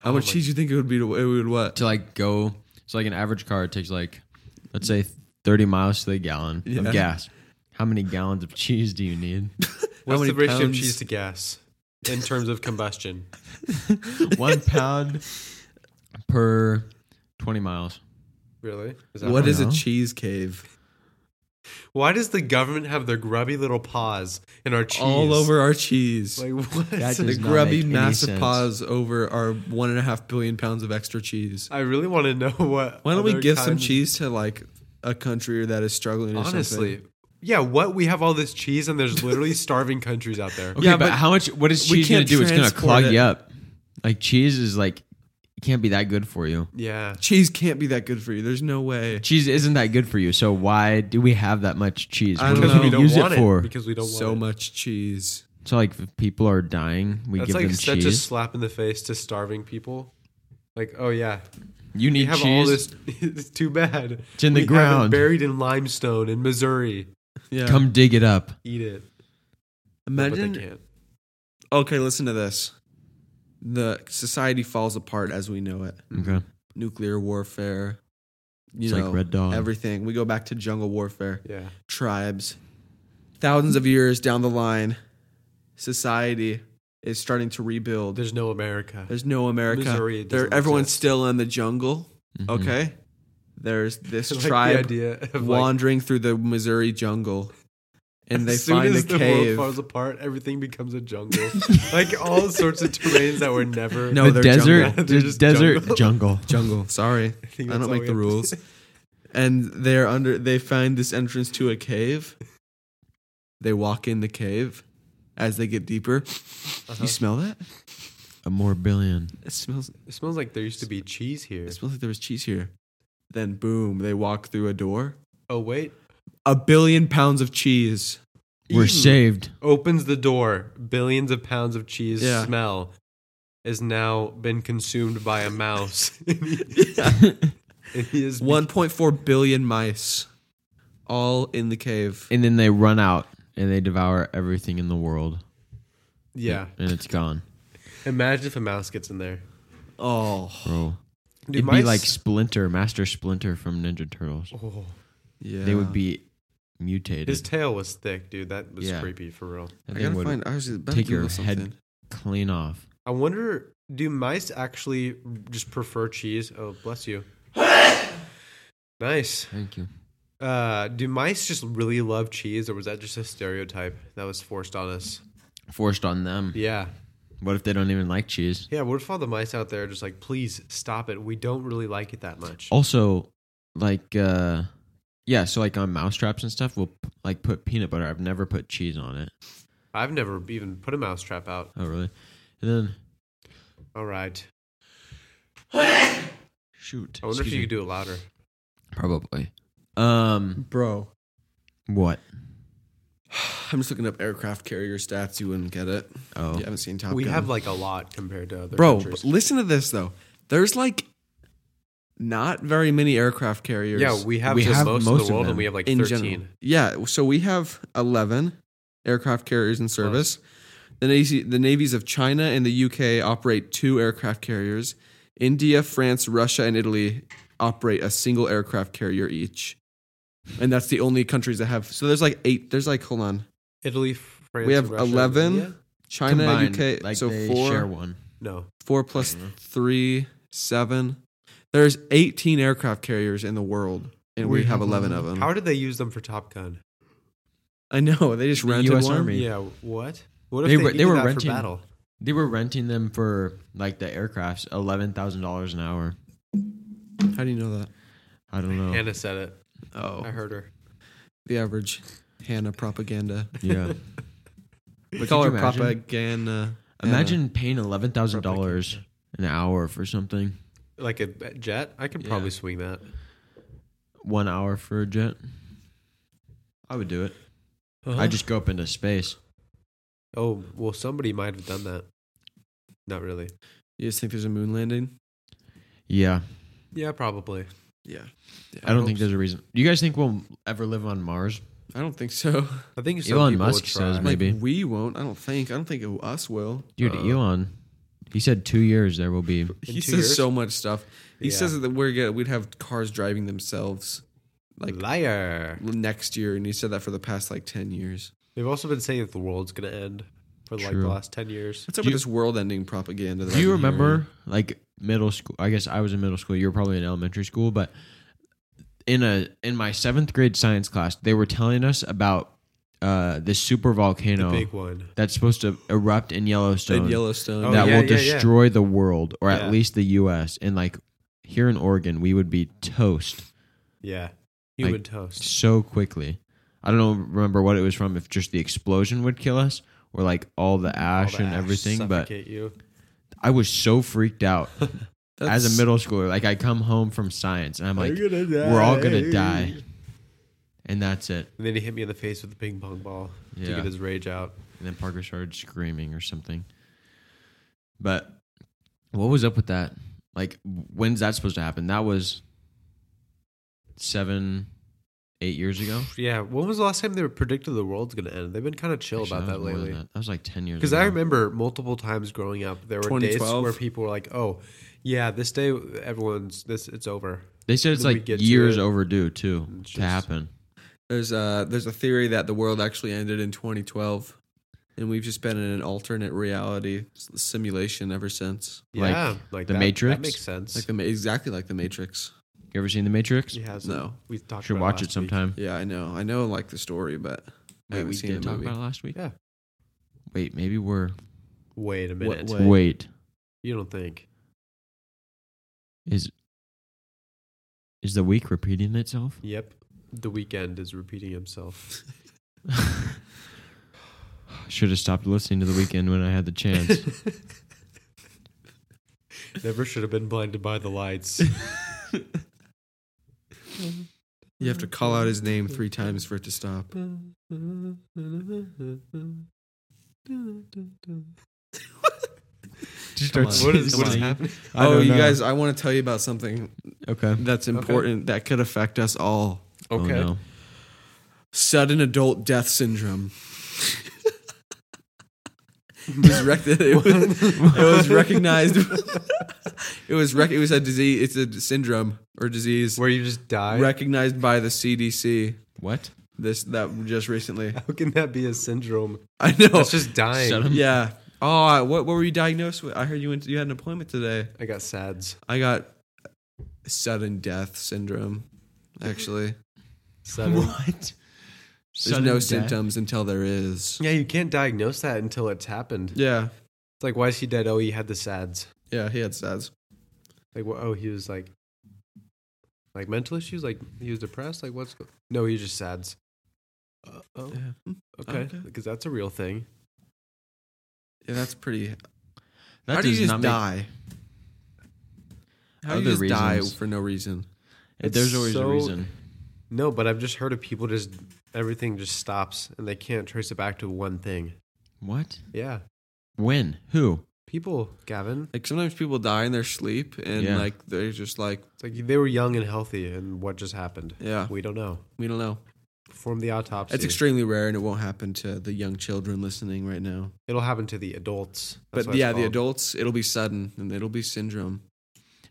Speaker 3: how much
Speaker 1: Oh my-
Speaker 3: cheese do you think it would be? To, it would what?
Speaker 2: to like go so like an average car takes like let's say 30 miles to the gallon
Speaker 3: Yeah.
Speaker 2: of gas how many gallons of cheese do you need
Speaker 1: What's
Speaker 3: many
Speaker 1: the ratio of
Speaker 3: pounds?
Speaker 1: cheese to gas in terms of combustion?
Speaker 2: one pound per 20 miles
Speaker 1: Really? Is
Speaker 3: What
Speaker 2: don't
Speaker 3: is
Speaker 2: know.
Speaker 3: a cheese cave?
Speaker 1: Why does the government have their grubby little paws in our cheese?
Speaker 3: All over our cheese.
Speaker 1: Like what?
Speaker 2: That
Speaker 1: is-
Speaker 3: the
Speaker 2: does not
Speaker 3: grubby
Speaker 2: make any
Speaker 3: massive
Speaker 2: sense.
Speaker 3: paws over our one and a half billion pounds of extra cheese.
Speaker 1: I really want to know what.
Speaker 3: Why don't we
Speaker 1: other
Speaker 3: give some
Speaker 1: kinds-
Speaker 3: cheese to like a country that is struggling? Or something?
Speaker 1: Honestly, yeah. What we have all this cheese and there's literally starving countries out there.
Speaker 2: okay
Speaker 3: Yeah,
Speaker 2: but,
Speaker 3: but
Speaker 2: how much what is
Speaker 3: we
Speaker 2: cheese gonna
Speaker 3: can't
Speaker 2: do it's gonna
Speaker 3: transport
Speaker 2: clog
Speaker 3: it.
Speaker 2: you up like cheese is like it can't be that good for you
Speaker 1: Yeah.
Speaker 3: cheese can't be that good for you. There's no way.
Speaker 2: cheese isn't that good for you so why do we have that much cheese
Speaker 3: I
Speaker 2: what
Speaker 3: don't
Speaker 2: do
Speaker 3: know.
Speaker 2: we
Speaker 3: We don't
Speaker 2: use it
Speaker 1: want
Speaker 2: for
Speaker 1: because we don't
Speaker 3: So
Speaker 1: want it.
Speaker 3: much cheese.
Speaker 2: so like if people are dying we
Speaker 1: That's
Speaker 2: give
Speaker 1: like
Speaker 2: them
Speaker 1: such a
Speaker 2: cheese
Speaker 1: slap in the face to starving people. Like, oh yeah,
Speaker 2: you
Speaker 1: we
Speaker 2: need
Speaker 1: have
Speaker 2: cheese
Speaker 1: all this. it's too bad.
Speaker 2: It's in the
Speaker 1: We have it
Speaker 2: ground.
Speaker 1: buried in limestone in Missouri.
Speaker 3: Yeah.
Speaker 1: uh,
Speaker 2: come dig it up
Speaker 1: Eat it. but they
Speaker 3: Imagine.
Speaker 1: can't.
Speaker 3: Okay, listen to this. The society falls apart as we know it.
Speaker 2: okay
Speaker 3: Nuclear warfare. You
Speaker 2: It's like
Speaker 3: know,
Speaker 2: Red Dawn.
Speaker 3: Everything. We go back to jungle warfare.
Speaker 1: Yeah.
Speaker 3: tribes. Thousands of years down the line, society is starting to rebuild.
Speaker 1: There's no America.
Speaker 3: There's no America.
Speaker 1: Missouri doesn't
Speaker 3: There, everyone's
Speaker 1: exist.
Speaker 3: still in the jungle.
Speaker 2: Mhm.
Speaker 3: Okay, there's this
Speaker 1: Like, the
Speaker 3: tribe
Speaker 1: idea of like,
Speaker 3: wandering through the Missouri jungle, and they
Speaker 1: as soon
Speaker 3: find a
Speaker 1: as the
Speaker 3: cave.
Speaker 1: world falls apart, everything becomes a jungle. like all sorts of terrains that were never.
Speaker 3: No,
Speaker 2: the
Speaker 3: they're
Speaker 2: desert, the
Speaker 1: jungle. They're just
Speaker 2: desert
Speaker 1: jungle.
Speaker 2: jungle.
Speaker 3: jungle. Sorry, I,
Speaker 1: think that's all
Speaker 3: don't make
Speaker 1: we have
Speaker 3: the
Speaker 1: to
Speaker 3: rules.
Speaker 1: say.
Speaker 3: and they're under. They find this entrance to a cave. They walk in the cave. As they get deeper,
Speaker 1: Uh-huh.
Speaker 3: you smell that?
Speaker 2: A morbillion.
Speaker 3: It smells.
Speaker 1: It smells like there used to be cheese here.
Speaker 3: It smells like there was cheese here. Then boom, they walk through a door.
Speaker 1: Oh wait,
Speaker 3: A billion pounds of cheese.
Speaker 2: We're
Speaker 1: Ew.
Speaker 2: saved.
Speaker 1: opens the door. Billions of pounds of cheese
Speaker 3: Yeah.
Speaker 1: smell has now been consumed by a mouse. and he is
Speaker 3: 1.4 billion mice, all in the cave.
Speaker 2: And then they run out and they devour everything in the world.
Speaker 1: yeah.
Speaker 2: And it's gone.
Speaker 1: Imagine if a mouse gets in there.
Speaker 3: Oh,
Speaker 2: Bro.
Speaker 1: Dude,
Speaker 2: It'd be
Speaker 1: mice-
Speaker 2: like Splinter, Master Splinter from Ninja Turtles.
Speaker 1: Oh,
Speaker 3: yeah.
Speaker 2: They would be
Speaker 1: his
Speaker 2: mutated.
Speaker 1: tail was thick, dude. That was
Speaker 2: Yeah.
Speaker 1: creepy for real.
Speaker 3: I
Speaker 2: they
Speaker 3: gotta
Speaker 2: would
Speaker 3: find. I was just about to
Speaker 2: take your
Speaker 3: Google something.
Speaker 2: head clean off.
Speaker 1: I wonder, do mice actually just prefer cheese? Oh, bless you. nice.
Speaker 2: Thank you.
Speaker 1: Uh, do mice just really love cheese, or was that just a stereotype that was forced on us?
Speaker 2: Forced on them.
Speaker 1: Yeah.
Speaker 2: What if they don't even like cheese?
Speaker 1: Yeah, what if all the mice out there are just like, please stop it. We don't really like it that much.
Speaker 2: Also, like uh yeah, so like on mousetraps and stuff, we'll p- like put peanut butter. I've never put cheese on it.
Speaker 1: I've never even put a mousetrap out.
Speaker 2: Oh really? And then
Speaker 1: All right.
Speaker 2: shoot.
Speaker 1: I
Speaker 2: excuse
Speaker 1: wonder if you
Speaker 2: me.
Speaker 1: could do it louder.
Speaker 2: Probably. Um,
Speaker 3: Bro,
Speaker 2: what?
Speaker 3: I'm just looking up aircraft carrier stats. You wouldn't get it.
Speaker 2: Oh,
Speaker 3: You haven't seen Top
Speaker 1: we
Speaker 3: Gun.
Speaker 1: have like a lot compared to other
Speaker 3: Bro,
Speaker 1: countries.
Speaker 3: but listen to this though. There's like not very many aircraft carriers.
Speaker 1: Yeah, we have
Speaker 2: We
Speaker 1: just
Speaker 2: have
Speaker 1: most,
Speaker 2: most
Speaker 1: of
Speaker 2: of
Speaker 1: the world,
Speaker 2: them
Speaker 1: and we have like
Speaker 3: in
Speaker 1: 13.
Speaker 3: general. Yeah, so we have 11 aircraft carriers in service. The, Navy, the navies of China and the UK operate two aircraft carriers. India, France, Russia, and Italy operate a single aircraft carrier each. And that's the only countries that have. So there's like eight. There's like, hold on.
Speaker 1: Italy, France,
Speaker 3: we have
Speaker 1: Russia, and
Speaker 3: 11.
Speaker 1: India?
Speaker 3: China,
Speaker 2: Combined,
Speaker 3: UK.
Speaker 2: like
Speaker 3: so
Speaker 2: they
Speaker 3: four,
Speaker 2: share one.
Speaker 1: No.
Speaker 3: four plus three, seven. There's 18 aircraft carriers in the world. And we,
Speaker 2: We
Speaker 3: have
Speaker 2: have
Speaker 3: 11 of them.
Speaker 1: How did they use them for Top Gun?
Speaker 3: I know. They just
Speaker 2: The
Speaker 3: rented
Speaker 2: US
Speaker 3: one.
Speaker 2: Army. Me.
Speaker 1: Yeah, what? What if
Speaker 2: They
Speaker 1: they,
Speaker 2: were-
Speaker 1: were,
Speaker 2: they
Speaker 1: they
Speaker 2: were
Speaker 1: that
Speaker 2: renting-
Speaker 1: for battle?
Speaker 2: They were renting them for like the aircrafts, eleven thousand dollars an hour.
Speaker 3: How do you know that?
Speaker 2: I don't know.
Speaker 1: Hannah said it.
Speaker 3: Oh.
Speaker 1: I heard her.
Speaker 3: the average Hannah propaganda.
Speaker 2: yeah.
Speaker 3: We call her
Speaker 2: you imagine?
Speaker 3: propaganda.
Speaker 2: Imagine paying eleven thousand dollars an hour for something.
Speaker 1: Like a jet? I could probably swing that.
Speaker 2: One hour for a jet. I would do it. I just go up into space.
Speaker 1: Oh well, somebody might have done that. Not really.
Speaker 3: You guys think there's a moon landing?
Speaker 2: Yeah,
Speaker 1: Yeah, probably.
Speaker 3: Yeah. Yeah,
Speaker 2: I don't
Speaker 3: hope
Speaker 2: think
Speaker 3: so.
Speaker 2: there's a reason. You guys think we'll ever live on Mars?
Speaker 3: I don't think so.
Speaker 1: I think some
Speaker 2: Elon
Speaker 1: people would
Speaker 2: Musk
Speaker 1: try.
Speaker 2: says Maybe.
Speaker 3: Like, we won't. I don't think. I don't think it, us will.
Speaker 2: Dude,
Speaker 3: Uh,
Speaker 2: Elon, he said two years there will be.
Speaker 1: In
Speaker 3: He
Speaker 1: two
Speaker 3: says
Speaker 1: years?
Speaker 3: so much stuff. He
Speaker 1: Yeah.
Speaker 3: says that we're gonna, we'd have cars driving themselves like
Speaker 1: liar.
Speaker 3: next year, and he said that for the past like ten years.
Speaker 1: They've also been saying that the world's gonna end for like
Speaker 2: True.
Speaker 1: the last ten years.
Speaker 3: What's up
Speaker 2: Do
Speaker 3: with
Speaker 2: you-
Speaker 3: this world-ending propaganda? That
Speaker 2: Do you
Speaker 3: I've been
Speaker 2: remember like middle school? I guess I was in middle school. You were probably in elementary school, but in a in my seventh grade science class, they were telling us about uh, this super volcano
Speaker 1: Big one.
Speaker 2: that's supposed to erupt in Yellowstone.
Speaker 3: hearing? in Yellowstone?
Speaker 1: Oh,
Speaker 2: that
Speaker 1: yeah,
Speaker 2: will
Speaker 1: yeah, yeah.
Speaker 2: destroy the world, or
Speaker 1: Yeah.
Speaker 2: at least the U.S. And like here in Oregon, we would be toast
Speaker 1: Yeah. Human
Speaker 2: Like-
Speaker 1: toast.
Speaker 2: so quickly. I don't know, remember what it was from. If just the explosion would kill us, or like all the ash
Speaker 1: All the
Speaker 2: and
Speaker 1: ash
Speaker 2: everything. But
Speaker 1: suffocate you.
Speaker 2: I was so freaked out
Speaker 3: That's-
Speaker 2: as a middle schooler. Like I come home from science, and I'm like,
Speaker 1: You're gonna
Speaker 2: we're all gonna
Speaker 1: die."
Speaker 2: die, and that's it.
Speaker 1: And then he hit me in the face with a ping pong ball to
Speaker 2: Yeah.
Speaker 1: get his rage out.
Speaker 2: And then Parker started screaming or something. But what was up with that? Like, when's that supposed to happen? That was seven, eight years ago.
Speaker 1: Yeah. When was the last time they predicted the world's gonna end? They've been kind of chill
Speaker 2: Actually,
Speaker 1: about that
Speaker 2: was more than
Speaker 1: lately.
Speaker 2: That. that was like ten years.
Speaker 1: Because
Speaker 2: ago.
Speaker 1: I remember multiple times growing up, there were days
Speaker 3: 2012?
Speaker 1: where people were like, "Oh, yeah, this day everyone's this it's over."
Speaker 2: they said it's
Speaker 1: when we
Speaker 2: like
Speaker 1: get to
Speaker 2: years
Speaker 1: it,
Speaker 2: overdue too
Speaker 1: it's
Speaker 2: to
Speaker 1: just-
Speaker 2: happen.
Speaker 3: There's a there's a theory that the world actually ended in 2012, and we've just been in an alternate reality s- simulation ever since.
Speaker 2: Like
Speaker 1: yeah, like
Speaker 2: The
Speaker 1: that,
Speaker 2: Matrix?
Speaker 1: That makes sense.
Speaker 3: Like the Ma- exactly like the Matrix.
Speaker 2: You ever seen The Matrix?
Speaker 1: he has
Speaker 3: No.
Speaker 1: we talked.
Speaker 2: Should
Speaker 1: about
Speaker 2: watch
Speaker 1: last
Speaker 2: it sometime.
Speaker 3: Yeah, I know. I know, like the story, but I
Speaker 2: Wait,
Speaker 3: haven't
Speaker 2: we
Speaker 3: seen
Speaker 2: did
Speaker 3: the
Speaker 2: talk
Speaker 3: movie.
Speaker 2: about it last week.
Speaker 1: Yeah.
Speaker 2: Wait, maybe we're
Speaker 1: Week. Wait a minute.
Speaker 3: what-
Speaker 2: wait.
Speaker 1: You don't think?
Speaker 2: Is is the week repeating itself?
Speaker 1: Yep. The weekend is repeating himself.
Speaker 2: Should have stopped listening to the weekend when I had the chance.
Speaker 1: Never should have been blinded by the lights.
Speaker 3: You have to call out his name three times for it to stop.
Speaker 2: Just
Speaker 3: Come
Speaker 2: starts-
Speaker 3: on.
Speaker 1: what is
Speaker 2: come
Speaker 1: what is
Speaker 2: on.
Speaker 1: happening?
Speaker 2: I
Speaker 3: oh,
Speaker 2: don't
Speaker 3: you
Speaker 2: know.
Speaker 3: guys, I want to tell you about something
Speaker 2: Okay.
Speaker 3: that's important that could affect us all.
Speaker 2: Oh,
Speaker 1: Okay.
Speaker 2: no.
Speaker 3: Sudden adult death syndrome. it, was rec- it, was, it was recognized. it was rec- it was a disease. It's a syndrome or disease
Speaker 1: Where you just die?
Speaker 3: recognized by the CDC.
Speaker 2: What?
Speaker 3: This that just recently.
Speaker 1: How can that be a syndrome?
Speaker 3: I know.
Speaker 1: That's just dying.
Speaker 2: Shut up.
Speaker 3: yeah. Oh, what what were you diagnosed with? I heard you went. You had an appointment today.
Speaker 1: I got sads.
Speaker 3: I got sudden death syndrome. Actually,
Speaker 1: Sudden.
Speaker 3: there's no symptoms until there is.
Speaker 1: yeah, you can't diagnose that until it's happened.
Speaker 3: Yeah,
Speaker 1: It's like, why is he dead? Oh, he had the sads.
Speaker 3: yeah, he had SADS.
Speaker 1: Like, wha- oh, he was like, like mental issues. Like he was depressed. Like what's? go- No, he was just sads. Uh, oh,
Speaker 3: Yeah,
Speaker 1: okay,
Speaker 3: okay.
Speaker 1: because that's a real thing.
Speaker 3: yeah, that's pretty.
Speaker 2: That
Speaker 3: How do you
Speaker 2: does
Speaker 3: just
Speaker 2: not make-
Speaker 3: die? How do you
Speaker 2: Other
Speaker 3: just die
Speaker 2: reasons.
Speaker 3: for no reason?
Speaker 1: It's
Speaker 2: There's always
Speaker 1: so-
Speaker 2: a reason.
Speaker 1: No, but I've just heard of people just everything just stops and they can't trace it back to one thing.
Speaker 2: What?
Speaker 1: Yeah,
Speaker 2: When? Who?
Speaker 1: people, Gavin.
Speaker 3: Like sometimes people die in their sleep, and
Speaker 2: Yeah.
Speaker 3: like they're just like,
Speaker 1: It's like they were young and healthy, and what just happened?
Speaker 3: yeah,
Speaker 1: We don't know.
Speaker 3: we don't know.
Speaker 1: Perform the autopsy.
Speaker 3: It's extremely rare, and it won't happen to the young children listening right now.
Speaker 1: It'll happen to the adults. That's
Speaker 3: but
Speaker 1: what it's
Speaker 3: yeah, the
Speaker 1: called.
Speaker 3: adults, it'll be sudden, and it'll be syndrome.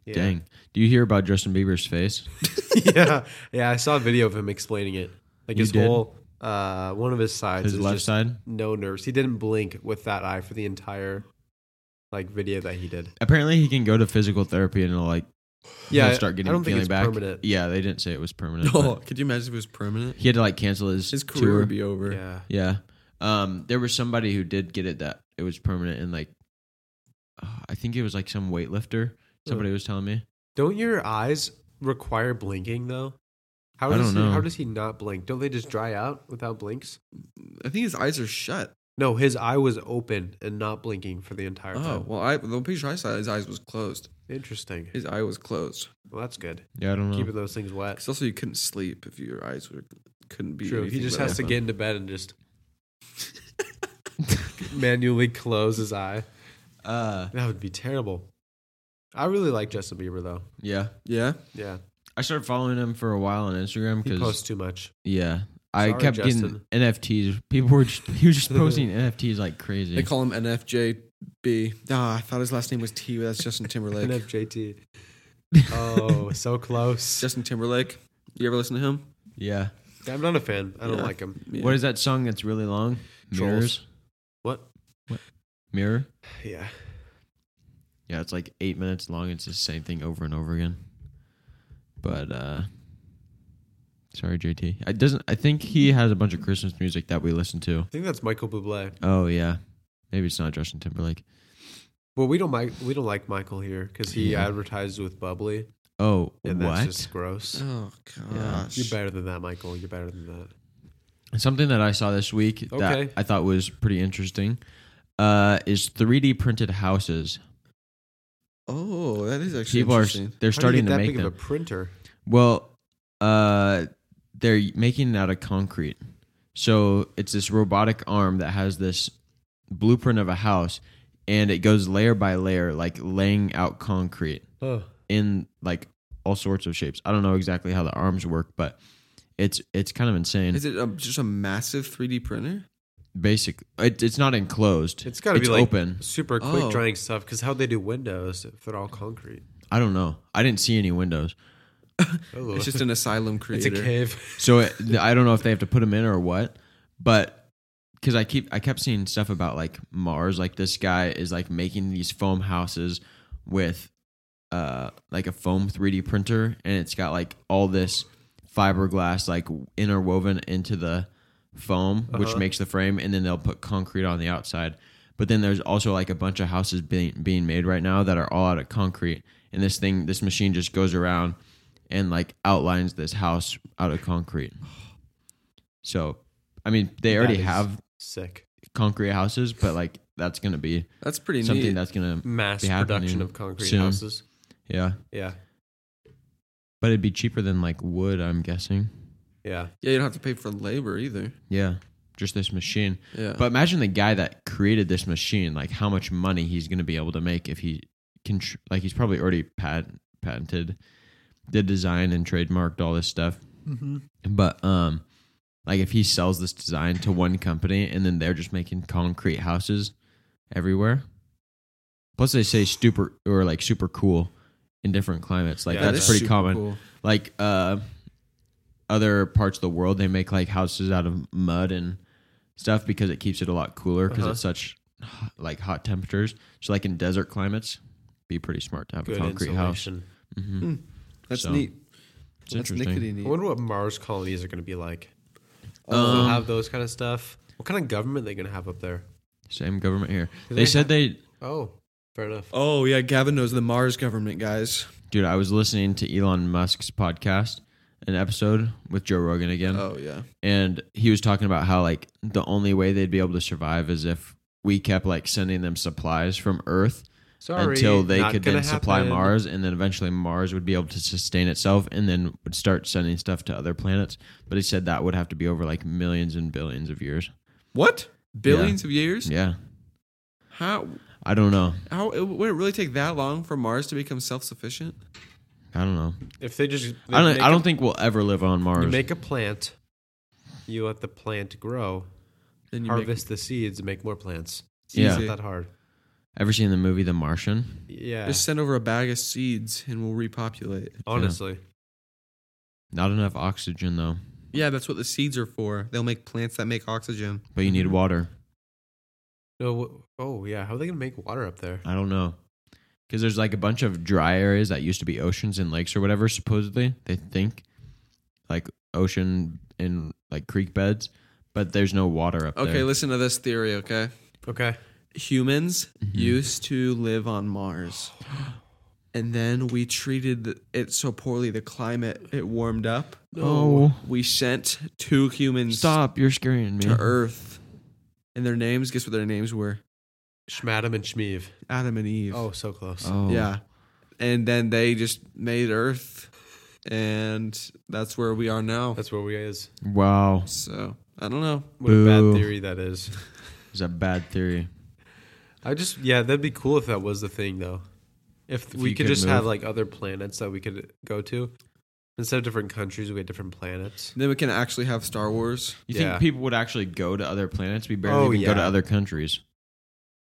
Speaker 1: Yeah.
Speaker 2: Dang. Do you hear about Justin Bieber's face?
Speaker 1: yeah, yeah. I saw a video of him explaining it. Like
Speaker 2: You
Speaker 1: his
Speaker 2: did?
Speaker 1: whole uh, one of his sides,
Speaker 2: His
Speaker 1: is
Speaker 2: left
Speaker 1: just
Speaker 2: side?
Speaker 1: no nerves. He didn't blink with that eye for the entire like video that he did.
Speaker 2: Apparently, he can go to physical therapy and it'll like he'll
Speaker 1: Yeah,
Speaker 2: start getting
Speaker 1: I don't think
Speaker 2: feeling
Speaker 1: it's
Speaker 2: back.
Speaker 1: permanent.
Speaker 2: Yeah, they didn't say it was permanent.
Speaker 3: Oh,
Speaker 2: but
Speaker 3: could you imagine if it was permanent?
Speaker 2: He had to like cancel his,
Speaker 3: His career
Speaker 2: tour.
Speaker 3: would be over.
Speaker 1: Yeah,
Speaker 2: Yeah. Um, there was somebody who did get it that it was permanent and like, uh, I think it was like some weightlifter. Somebody was telling me.
Speaker 1: don't your eyes require blinking though? How
Speaker 2: I
Speaker 1: does
Speaker 2: don't
Speaker 1: he,
Speaker 2: know.
Speaker 1: how does he not blink? Don't they just dry out without blinks?
Speaker 3: I think his eyes are shut.
Speaker 1: No, his eye was open and not blinking for the entire
Speaker 3: Oh
Speaker 1: time.
Speaker 3: well, I the picture I saw, his eyes was closed.
Speaker 1: Interesting.
Speaker 3: His eye was closed
Speaker 1: Well, that's good.
Speaker 2: Yeah, I don't know.
Speaker 1: Keeping those things wet.
Speaker 3: because also you couldn't sleep if your eyes were couldn't be.
Speaker 1: True. He
Speaker 3: anything
Speaker 1: just
Speaker 3: better.
Speaker 1: has to get into bed and just manually close his eye.
Speaker 2: Uh,
Speaker 1: That would be terrible. I really like Justin Bieber though.
Speaker 2: yeah.
Speaker 3: Yeah.
Speaker 1: Yeah,
Speaker 2: I started following him for a while on Instagram
Speaker 1: he posts
Speaker 2: because
Speaker 1: too much.
Speaker 2: yeah, I
Speaker 1: Sorry,
Speaker 2: kept
Speaker 1: Justin.
Speaker 2: getting NFTs. People were just, he was just posting NFTs like crazy.
Speaker 3: They call him NFJB. Ah, I thought his last name was T, but that's Justin Timberlake.
Speaker 1: NFJT. Oh, so close.
Speaker 3: Justin Timberlake. You ever listen to him?
Speaker 2: yeah.
Speaker 1: I'm not a fan. I don't
Speaker 3: Yeah.
Speaker 1: like him.
Speaker 3: Yeah.
Speaker 2: What is that song that's really long?
Speaker 3: Trolls.
Speaker 2: Mirrors.
Speaker 1: What?
Speaker 2: Mirror.
Speaker 1: Yeah.
Speaker 2: Yeah, it's like eight minutes long. It's the same thing over and over again. But uh sorry, JT. I doesn't. I think he has a bunch of Christmas music that we listen to.
Speaker 1: I think that's Michael Bublé.
Speaker 2: Oh yeah, maybe it's not Justin Timberlake.
Speaker 1: Well, we don't like we don't like Michael here because he
Speaker 2: Yeah.
Speaker 1: advertised with Bubbly,
Speaker 2: Oh
Speaker 1: and
Speaker 2: what? Uh,
Speaker 1: that's just gross.
Speaker 3: Oh
Speaker 2: Yeah.
Speaker 3: gosh.
Speaker 1: You're better than that, Michael. You're better than that.
Speaker 2: Something that I saw this week that
Speaker 1: Okay.
Speaker 2: I thought was pretty interesting uh, is 3D printed houses.
Speaker 3: Oh, that is actually
Speaker 2: People are
Speaker 3: interesting.
Speaker 2: they're
Speaker 1: How do you
Speaker 2: starting to
Speaker 1: get that
Speaker 2: make
Speaker 1: big
Speaker 2: them.
Speaker 1: of a printer.
Speaker 2: Well, uh, they're making it out of concrete. So it's this robotic arm that has this blueprint of a house, and it goes layer by layer, like laying out concrete
Speaker 1: Oh,
Speaker 2: in like all sorts of shapes. I don't know exactly how the arms work, but it's it's kind of insane.
Speaker 3: Is it a, just a massive 3D printer?
Speaker 2: Basic, it, it's not enclosed.
Speaker 1: It's gotta be, like-
Speaker 2: open.
Speaker 1: super quick
Speaker 3: Oh.
Speaker 1: drying stuff. Because how they do windows if they're all concrete?
Speaker 2: I don't know. I didn't see any windows,
Speaker 1: Oh,
Speaker 3: It's just an asylum
Speaker 1: it's a
Speaker 3: creator.
Speaker 1: cave.
Speaker 2: so it, I don't know if they have to put them in or what. But because I keep I kept seeing stuff about like Mars, like this guy is like making these foam houses with uh like a foam 3D printer, and it's got like all this fiberglass like interwoven into the foam, which
Speaker 1: Uh-huh.
Speaker 2: makes the frame, and then they'll put concrete on the outside. But then there's also like a bunch of houses being being made right now that are all out of concrete, and this thing, this machine just goes around and like outlines this house out of concrete. So, I mean, they
Speaker 1: That
Speaker 2: already
Speaker 1: is-
Speaker 2: have
Speaker 1: Sick.
Speaker 2: concrete houses, but like that's gonna be
Speaker 3: That's pretty
Speaker 2: something
Speaker 3: neat.
Speaker 2: that's gonna
Speaker 1: Mass
Speaker 2: Be happening
Speaker 1: production of concrete
Speaker 2: soon.
Speaker 1: houses.
Speaker 2: yeah.
Speaker 1: Yeah.
Speaker 2: But it'd be cheaper than like wood, I'm guessing.
Speaker 1: Yeah.
Speaker 3: yeah, you don't have to pay for labor either.
Speaker 2: Yeah, just this machine.
Speaker 3: Yeah.
Speaker 2: But imagine the guy that created this machine, like how much money he's gonna be able to make if he can, tr- like he's probably already pat- patented the design and trademarked all this stuff. Mm-hmm. But um, like if he sells this design to one company and then they're just making concrete houses everywhere. Plus, they say super or like super cool in different climates. Like
Speaker 1: Yeah,
Speaker 2: that's
Speaker 1: that's
Speaker 2: pretty
Speaker 3: super
Speaker 2: common.
Speaker 3: cool.
Speaker 2: Like uh, other parts of the world, they make like houses out of mud and stuff because it keeps it a lot cooler because
Speaker 1: Uh-huh.
Speaker 2: it's such hot- like hot temperatures. So, like in desert climates, be pretty smart to have
Speaker 1: Good
Speaker 2: a concrete house.
Speaker 1: insulation.
Speaker 2: hmm
Speaker 3: That's
Speaker 2: So,
Speaker 3: neat.
Speaker 2: It's
Speaker 3: that's
Speaker 2: interesting.
Speaker 3: nickety neat.
Speaker 1: I wonder what Mars colonies are going to be like.
Speaker 2: Um,
Speaker 1: They'll have those kind of stuff. What kind of government they going to have up there?
Speaker 2: Same government here.
Speaker 1: Do
Speaker 2: They,
Speaker 1: they
Speaker 2: said
Speaker 1: have-
Speaker 2: they
Speaker 1: Oh, fair enough.
Speaker 3: oh yeah, Gavin knows the Mars government guys.
Speaker 2: Dude, I was listening to Elon Musk's podcast, an episode with Joe Rogan again,
Speaker 3: Oh yeah.
Speaker 2: and he was talking about how like the only way they'd be able to survive is if we kept like sending them supplies from Earth
Speaker 1: Sorry,
Speaker 2: until they
Speaker 1: not
Speaker 2: could
Speaker 1: gonna
Speaker 2: then supply
Speaker 1: happen.
Speaker 2: Mars, and then eventually Mars would be able to sustain itself, and then would start sending stuff to other planets. But he said that would have to be over like millions and billions of years.
Speaker 3: What? Billions of years?
Speaker 2: Yeah,
Speaker 3: How?
Speaker 2: I don't know.
Speaker 3: How? It, would it really take that long for Mars to become self-sufficient?
Speaker 2: I don't know.
Speaker 1: If they just,
Speaker 2: I don't.
Speaker 1: make
Speaker 2: I don't think we'll ever live on
Speaker 1: A,
Speaker 2: Mars.
Speaker 1: you make a plant, you let the plant grow,
Speaker 3: Then you
Speaker 1: harvest the seeds, and make more plants.
Speaker 3: Make,
Speaker 2: Yeah.
Speaker 1: It's
Speaker 3: Easy.
Speaker 1: not that hard.
Speaker 2: Ever seen the movie The Martian?
Speaker 1: Yeah,
Speaker 3: Just send over a bag of seeds and we'll repopulate.
Speaker 1: honestly,
Speaker 2: Not enough oxygen though.
Speaker 3: Yeah, that's what the seeds are for. They'll make plants that make oxygen.
Speaker 2: But you
Speaker 1: Mm-hmm.
Speaker 2: need water.
Speaker 1: no. w- Oh yeah, how are they going to make water up there?
Speaker 2: I don't know. Because there's like a bunch of dry areas that used to be oceans and lakes or whatever, supposedly, they think. Like ocean and like creek beds, but there's no water up
Speaker 3: Okay,
Speaker 2: there.
Speaker 3: listen to this theory, okay?
Speaker 1: Okay,
Speaker 3: Humans
Speaker 2: Mm-hmm. Hmm.
Speaker 3: used to live on Mars. And then we treated it so poorly, the climate, it warmed up.
Speaker 2: Oh,
Speaker 3: We sent two humans
Speaker 2: stop. You're scaring me.
Speaker 3: to Earth. And their names, guess what their names were?
Speaker 1: Schmadam and Schmeev.
Speaker 3: Adam and Eve.
Speaker 1: Oh, so close.
Speaker 2: Oh.
Speaker 3: Yeah. And then they just made Earth and that's where we are now.
Speaker 1: That's where we is.
Speaker 2: Wow.
Speaker 3: So I don't know.
Speaker 1: What a bad
Speaker 2: Boo.
Speaker 1: theory that is.
Speaker 2: It's a bad theory.
Speaker 1: I just yeah, that'd be cool if that was the thing though. If, we
Speaker 2: you
Speaker 1: could
Speaker 2: could
Speaker 1: just have
Speaker 2: move.
Speaker 1: like other planets that we could go to. Instead of different countries, we had different planets.
Speaker 3: Then we can actually have Star Wars.
Speaker 2: You
Speaker 1: Yeah.
Speaker 2: think people would actually go to other planets? We barely
Speaker 1: Oh,
Speaker 2: even go to
Speaker 1: yeah.
Speaker 2: other countries.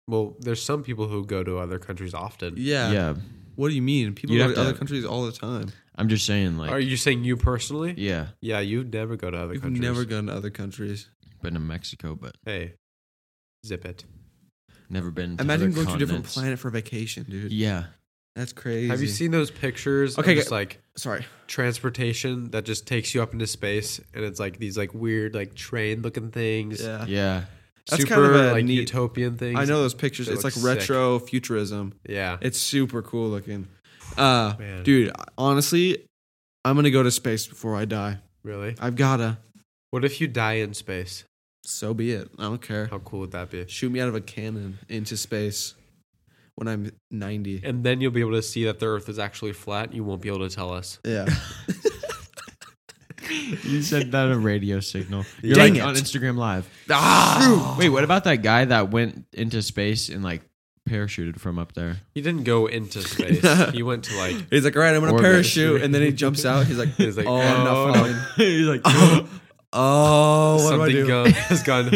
Speaker 1: Well, there's some people who go to other countries often.
Speaker 3: Yeah.
Speaker 2: yeah.
Speaker 3: What do you mean? People
Speaker 2: You'd
Speaker 3: go
Speaker 2: have
Speaker 3: to,
Speaker 2: to-
Speaker 3: other countries all the time.
Speaker 2: I'm just saying, like,
Speaker 1: Are you saying you personally?
Speaker 2: yeah,
Speaker 1: Yeah, you never go to other
Speaker 3: We've
Speaker 1: countries.
Speaker 3: never gone to other countries.
Speaker 2: been to Mexico, but
Speaker 1: Hey, zip it.
Speaker 2: never been. To
Speaker 3: Imagine
Speaker 2: other
Speaker 3: going to a different
Speaker 2: continents.
Speaker 3: planet for vacation, dude.
Speaker 2: Yeah,
Speaker 3: That's crazy.
Speaker 1: Have you seen those pictures?
Speaker 3: Okay,
Speaker 1: of just
Speaker 3: okay.
Speaker 1: like
Speaker 3: Sorry.
Speaker 1: transportation that just takes you up into space, and it's like these like weird like train looking things.
Speaker 3: Yeah.
Speaker 2: yeah.
Speaker 1: Super
Speaker 3: That's kind of a
Speaker 1: like
Speaker 3: neat-
Speaker 1: utopian things.
Speaker 3: I know those pictures.
Speaker 1: They
Speaker 3: It's
Speaker 1: look
Speaker 3: like
Speaker 1: sick.
Speaker 3: retro futurism.
Speaker 1: Yeah.
Speaker 3: It's super cool looking. Uh,
Speaker 1: Man.
Speaker 3: dude, honestly, I'm gonna go to space before I die.
Speaker 1: Really?
Speaker 3: I've gotta.
Speaker 1: What if you die in space?
Speaker 3: So be it. I don't care.
Speaker 1: How cool would that be?
Speaker 3: Shoot me out of a cannon into space when I'm 90.
Speaker 1: And then you'll be able to see that the Earth is actually flat. You won't be able to tell us.
Speaker 3: Yeah.
Speaker 2: You sent that a radio signal. You're
Speaker 3: Dang
Speaker 2: like
Speaker 3: it.
Speaker 2: on Instagram Live.
Speaker 3: ah,
Speaker 2: Wait, what about that guy that went into space and like parachuted from up there?
Speaker 1: He didn't go into space. he went to like.
Speaker 3: He's like, all right, I'm gonna
Speaker 2: Orbit.
Speaker 3: parachute, and then he jumps out. He's like,
Speaker 1: He's like,
Speaker 3: oh, I'm not
Speaker 1: oh, no.
Speaker 3: falling."
Speaker 2: He's like,
Speaker 3: oh, what do I
Speaker 1: something
Speaker 3: do?
Speaker 1: gone, has gone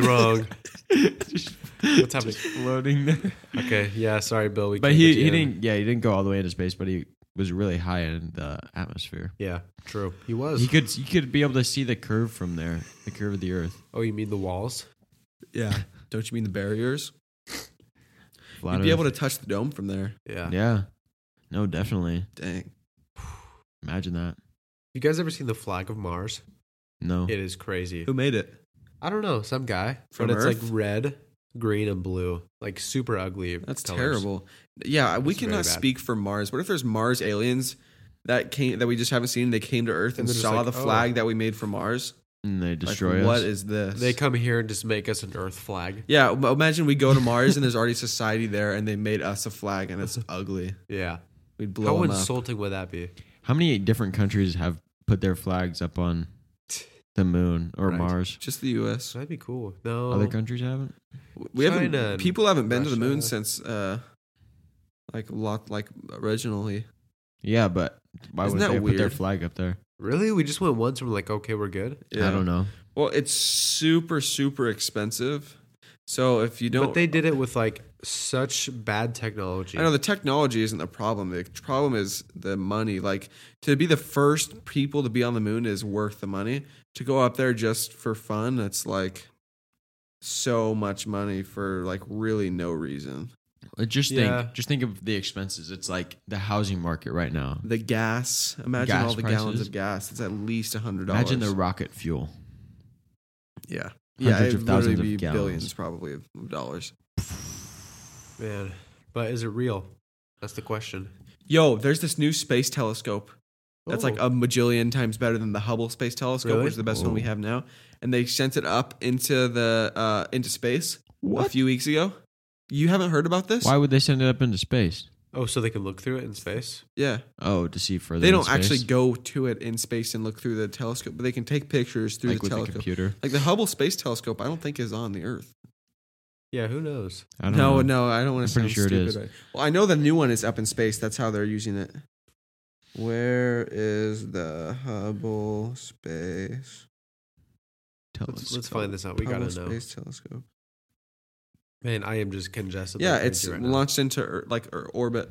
Speaker 1: wrang.
Speaker 2: just,
Speaker 1: What's happening?
Speaker 2: just floating there.
Speaker 1: Okay, yeah, sorry, Bill. We
Speaker 2: But
Speaker 1: can't
Speaker 2: he,
Speaker 1: get you
Speaker 2: he
Speaker 1: in.
Speaker 2: didn't. Yeah, he didn't go all the way into space, but he was really high in the atmosphere.
Speaker 1: Yeah, true. He was.
Speaker 2: He could you could be able to see the curve from there, the curve of the Earth.
Speaker 1: oh, you mean the walls?
Speaker 3: yeah. Don't you mean the barriers?
Speaker 2: Flat
Speaker 3: You'd be
Speaker 2: Earth.
Speaker 3: able to touch the dome from there.
Speaker 1: Yeah.
Speaker 2: Yeah. No, definitely.
Speaker 3: Dang.
Speaker 2: Imagine that.
Speaker 1: You guys ever seen the flag of Mars?
Speaker 2: No.
Speaker 1: It is crazy.
Speaker 3: Who made it?
Speaker 1: I don't know, some guy.
Speaker 3: From
Speaker 1: but it's
Speaker 3: Earth?
Speaker 1: like red, green, and blue. Like super ugly.
Speaker 3: That's
Speaker 1: colors.
Speaker 3: terrible. Yeah, we
Speaker 1: That's very
Speaker 3: cannot
Speaker 1: bad.
Speaker 3: speak for Mars. What if there's Mars aliens that came that we just haven't seen? They came to Earth and,
Speaker 1: And they're just
Speaker 3: saw
Speaker 1: like,
Speaker 3: the
Speaker 1: "Oh."
Speaker 3: flag that we made for Mars.
Speaker 2: and they
Speaker 3: Like,
Speaker 2: destroy us.
Speaker 3: What is this?
Speaker 1: They come here and just make us an Earth flag.
Speaker 3: yeah, m- imagine we go to Mars and there's already society there, and they made us a flag, and it's ugly.
Speaker 1: Yeah.
Speaker 3: We'd blow
Speaker 1: How
Speaker 3: them up.
Speaker 1: insulting would that be?
Speaker 2: How many different countries have put their flags up on the moon or
Speaker 1: Right.
Speaker 2: Mars?
Speaker 3: just the U.S.
Speaker 1: That'd be cool. No.
Speaker 2: Other countries haven't.
Speaker 3: We
Speaker 1: China
Speaker 3: haven't.
Speaker 1: and
Speaker 3: People haven't been to the moon
Speaker 1: Russia.
Speaker 3: since, uh, like a lot, like originally.
Speaker 2: Yeah, but why
Speaker 3: Isn't
Speaker 2: would they
Speaker 3: that
Speaker 2: put their
Speaker 3: weird?
Speaker 2: flag up there?
Speaker 1: really? We just went once and we're like, okay, we're good.
Speaker 2: I don't know.
Speaker 3: Well, it's super, super expensive. So if you don't,
Speaker 1: But they did it with like such bad technology.
Speaker 3: I know the technology isn't the problem. The problem is the money. Like to be the first people to be on the moon is worth the money. To go up there just for fun, it's like so much money for like really no reason.
Speaker 2: Uh, Just
Speaker 1: Yeah.
Speaker 2: think. Just think of the expenses. It's like the housing market right now.
Speaker 3: The gas. Imagine
Speaker 2: Gas
Speaker 3: all the gallons
Speaker 2: prices?
Speaker 3: of gas. It's at least a hundred dollars.
Speaker 2: Imagine the rocket fuel.
Speaker 3: yeah, yeah,
Speaker 2: hundreds
Speaker 3: it'd
Speaker 2: of thousands
Speaker 3: literally
Speaker 2: of
Speaker 3: be
Speaker 2: gallons.
Speaker 3: billions probably of of dollars.
Speaker 1: Man. But is it real? That's the question.
Speaker 3: Yo, there's this new space telescope That's like
Speaker 1: Oh.
Speaker 3: a majillion times better than the Hubble Space Telescope,
Speaker 1: Really?
Speaker 3: which is the best one we have now. And they sent it up into the uh, into space a few weeks ago. You haven't heard about this?
Speaker 2: Why would they send it up into space?
Speaker 1: Oh, so they can look through it in space?
Speaker 3: Yeah,
Speaker 2: Oh, to see further.
Speaker 3: they
Speaker 2: in
Speaker 3: don't
Speaker 2: space?
Speaker 3: actually go to it in space and look through the telescope, but they can take pictures through
Speaker 2: like
Speaker 3: the
Speaker 2: with the
Speaker 3: telescope.
Speaker 2: computer.
Speaker 3: like the Hubble Space Telescope, I don't think is on the Earth.
Speaker 1: Yeah, who knows?
Speaker 2: I don't
Speaker 3: No,
Speaker 2: know.
Speaker 3: no, I don't want
Speaker 2: I'm
Speaker 3: to
Speaker 2: pretty
Speaker 3: sound
Speaker 2: sure it
Speaker 3: stupid.
Speaker 2: is.
Speaker 3: right? Well, I know the new one is up in space. That's how they're using it. Where is the Hubble Space?
Speaker 2: Telescope.
Speaker 1: let's find this out. We
Speaker 3: Hubble
Speaker 1: gotta know.
Speaker 3: Space Telescope.
Speaker 1: Man, I am just congested.
Speaker 3: yeah,
Speaker 1: like
Speaker 3: it's
Speaker 1: crazy right now.
Speaker 3: launched into or- like or- orbit.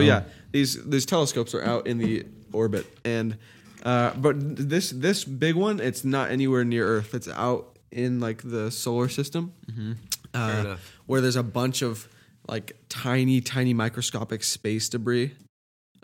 Speaker 2: Uh-huh.
Speaker 3: yeah, these these telescopes are out in the orbit, and uh, but this this big one, it's not anywhere near Earth. It's out in like the solar system,
Speaker 1: Mm-hmm. Fair
Speaker 3: uh,
Speaker 1: enough.
Speaker 3: where there's a bunch of like tiny, tiny microscopic space debris.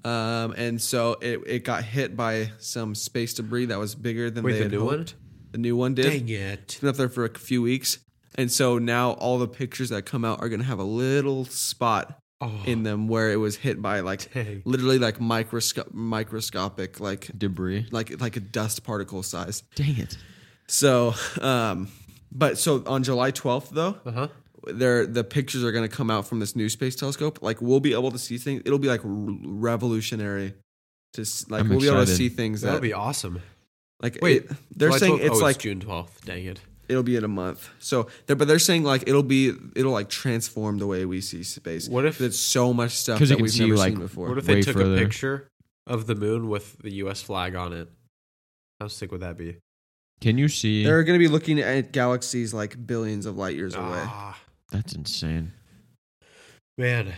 Speaker 3: Um, and so it, it got hit by some space debris that was bigger than
Speaker 1: Wait,
Speaker 3: they
Speaker 1: the
Speaker 3: had
Speaker 1: new one?
Speaker 3: hoped. The new one did.
Speaker 1: Dang it.
Speaker 3: It's been up there for a few weeks. And so now all the pictures that come out are going to have a little spot
Speaker 1: Oh,
Speaker 3: in them where it was hit by like
Speaker 1: Dang.
Speaker 3: literally like microsco- microscopic like
Speaker 2: Debris.
Speaker 3: like like a dust particle size.
Speaker 2: Dang it.
Speaker 3: So um but so on July 12th though,
Speaker 1: Uh-huh.
Speaker 3: there the pictures are going to come out from this new space telescope. Like we'll be able to see things. It'll be like r- revolutionary. to s- like
Speaker 2: I'm
Speaker 3: we'll be able to
Speaker 2: excited.
Speaker 3: see things
Speaker 1: That'll
Speaker 3: that
Speaker 1: be awesome.
Speaker 3: like
Speaker 1: Wait,
Speaker 3: it- they're
Speaker 1: July
Speaker 3: saying
Speaker 1: 12th?
Speaker 3: it's
Speaker 1: Oh,
Speaker 3: like
Speaker 1: June twelfth. Dang it.
Speaker 3: it'll be in a month. So they're but they're saying like it'll be it'll like transform the way we see space.
Speaker 1: What if-
Speaker 3: it's so much stuff
Speaker 2: 'Cause you
Speaker 3: that
Speaker 2: can
Speaker 3: we've
Speaker 2: see,
Speaker 3: never
Speaker 2: like,
Speaker 3: seen before?
Speaker 1: What if they
Speaker 2: way
Speaker 1: took
Speaker 2: further.
Speaker 1: a picture of the moon with the U.S. flag on it? How sick would that be?
Speaker 2: Can you see?
Speaker 3: they're going to be looking at galaxies like billions of light years away.
Speaker 1: Ah,
Speaker 2: That's insane.
Speaker 1: man,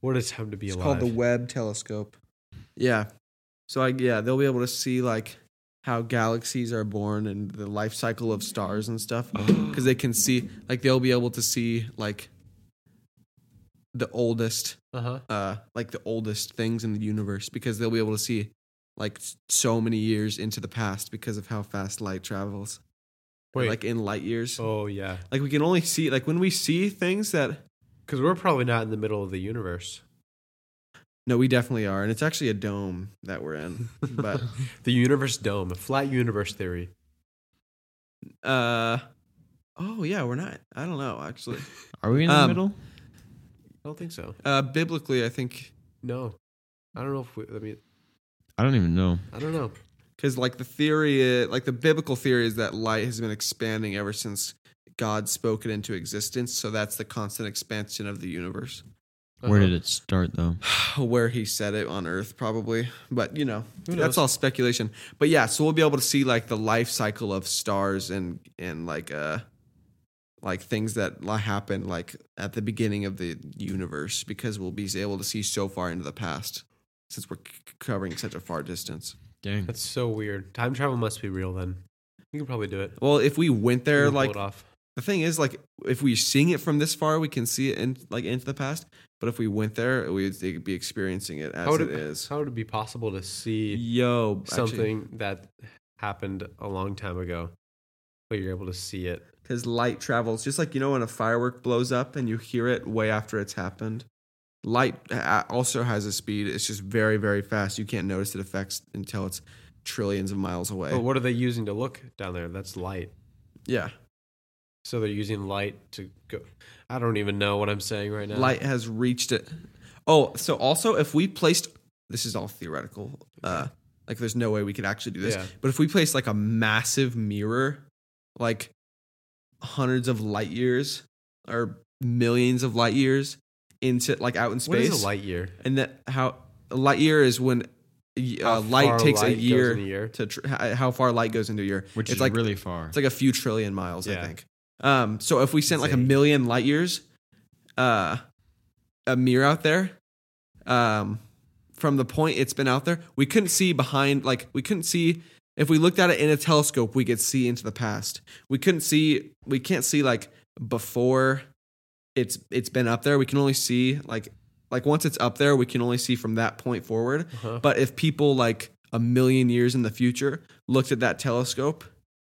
Speaker 1: what a time to be
Speaker 3: It's
Speaker 1: alive!
Speaker 3: called the Webb Telescope. Yeah. So like yeah, they'll be able to see like how galaxies are born and the life cycle of stars and stuff because they can see like they'll be able to see like the oldest
Speaker 1: uh huh.
Speaker 3: uh like the oldest things in the universe because they'll be able to see like s- so many years into the past because of how fast light travels
Speaker 1: Wait.
Speaker 3: like in light years
Speaker 1: oh yeah,
Speaker 3: like we can only see like when we see things that
Speaker 1: because we're probably not in the middle of the universe.
Speaker 3: no we definitely are and it's actually a dome that we're in but
Speaker 1: The universe dome, flat universe theory.
Speaker 3: Uh, oh yeah, we're not. I don't know actually.
Speaker 2: Are we in the
Speaker 3: Um,
Speaker 2: middle?
Speaker 1: I don't think so.
Speaker 3: Uh, biblically, I think
Speaker 1: No, I don't know if we. I mean,
Speaker 2: I don't even know.
Speaker 1: I don't know.
Speaker 3: because like the theory, uh, like the biblical theory is that light has been expanding ever since God spoke it into existence. So that's the constant expansion of the universe.
Speaker 2: Where
Speaker 1: Uh-huh.
Speaker 2: did it start though?
Speaker 3: Where he said it on Earth, probably, but you know
Speaker 1: Who knows?
Speaker 3: that's all speculation. But yeah, so we'll be able to see like the life cycle of stars and and like uh like things that li- happened like at the beginning of the universe because we'll be able to see so far into the past since we're c- c- covering such a far distance.
Speaker 2: Dang.
Speaker 1: That's so weird. Time travel must be real then. You can probably do it.
Speaker 3: Well, if we went
Speaker 1: You
Speaker 3: there,
Speaker 1: can pull
Speaker 3: like
Speaker 1: it off.
Speaker 3: the thing is, like if we're seeing it from this far, we can see it in like into the past. But if we went there, we'd be experiencing it as
Speaker 1: How would
Speaker 3: it
Speaker 1: it-
Speaker 3: is.
Speaker 1: How would it be possible to see
Speaker 3: Yo, something
Speaker 1: something that happened a long time ago, but you're able to see it?
Speaker 3: because light travels just like you know when a firework blows up and you hear it way after it's happened light uh, also has a speed it's just very very fast you can't notice it affects until it's trillions of miles away
Speaker 1: But Oh, what are they using to look down there? That's light.
Speaker 3: yeah
Speaker 1: So they're using light to go. I don't even know what I'm saying right now.
Speaker 3: light has reached it oh so also if we placed this is all theoretical uh like there's no way we could actually do this
Speaker 1: Yeah.
Speaker 3: but if we placed like a massive mirror like hundreds of light years or millions of light years into like out in
Speaker 1: What
Speaker 3: space
Speaker 1: is a light year?
Speaker 3: and that how a light year is when
Speaker 1: How
Speaker 3: uh, light
Speaker 1: far
Speaker 3: takes
Speaker 1: light
Speaker 3: a
Speaker 1: goes
Speaker 3: year
Speaker 1: in a year?
Speaker 3: to tr- h- how far light goes into a year.
Speaker 2: Which
Speaker 3: it's
Speaker 2: is
Speaker 3: like
Speaker 2: really far.
Speaker 3: it's like a few trillion miles, I
Speaker 1: Yeah.
Speaker 3: think. Um, so if we sent like a
Speaker 1: Insane.
Speaker 3: million light years, uh, a mirror out there, um, from the point it's been out there, we couldn't see behind. Like we couldn't see if we looked at it in a telescope, we could see into the past. We couldn't see. We can't see like before it's it's been up there. We can only see like like once it's up there, we can only see from that point forward.
Speaker 1: Uh-huh.
Speaker 3: But if people like a million years in the future looked at that telescope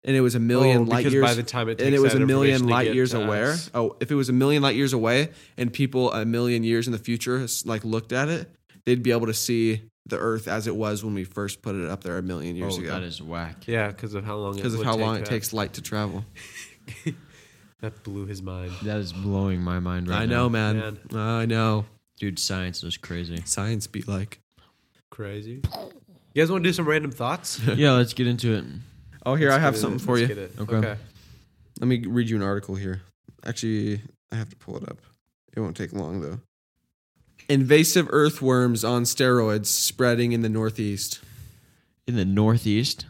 Speaker 3: and it was a
Speaker 1: Oh,
Speaker 3: million light
Speaker 1: because
Speaker 3: years
Speaker 1: by the time it takes
Speaker 3: and it was
Speaker 1: that
Speaker 3: a million
Speaker 1: information to
Speaker 3: light
Speaker 1: get
Speaker 3: years
Speaker 1: to
Speaker 3: away.
Speaker 1: us-
Speaker 3: Oh, if it was a million light years away and people a million years in the future s- like looked at it, they'd be able to see the earth as it was when we first put it up there a million years
Speaker 2: oh, that
Speaker 3: ago.
Speaker 2: is whack.
Speaker 1: Yeah, because of how long.
Speaker 3: Because of
Speaker 1: would
Speaker 3: how
Speaker 1: take
Speaker 3: long it
Speaker 1: to-
Speaker 3: takes light to travel.
Speaker 1: That blew his mind.
Speaker 2: That is blowing my mind right
Speaker 3: I
Speaker 2: now.
Speaker 3: know, man. I know.
Speaker 2: Dude, science is crazy.
Speaker 3: Science be like.
Speaker 1: Crazy. You guys want to do some random thoughts?
Speaker 2: yeah, let's get into it.
Speaker 3: Oh, here
Speaker 1: Let's
Speaker 3: I have
Speaker 1: get it.
Speaker 3: something for
Speaker 1: Let's
Speaker 3: you.
Speaker 1: get it.
Speaker 2: Okay.
Speaker 1: okay.
Speaker 3: Let me read you an article here. Actually, I have to pull it up. It won't take long though. Invasive earthworms on steroids spreading in the northeast.
Speaker 2: In the Northeast,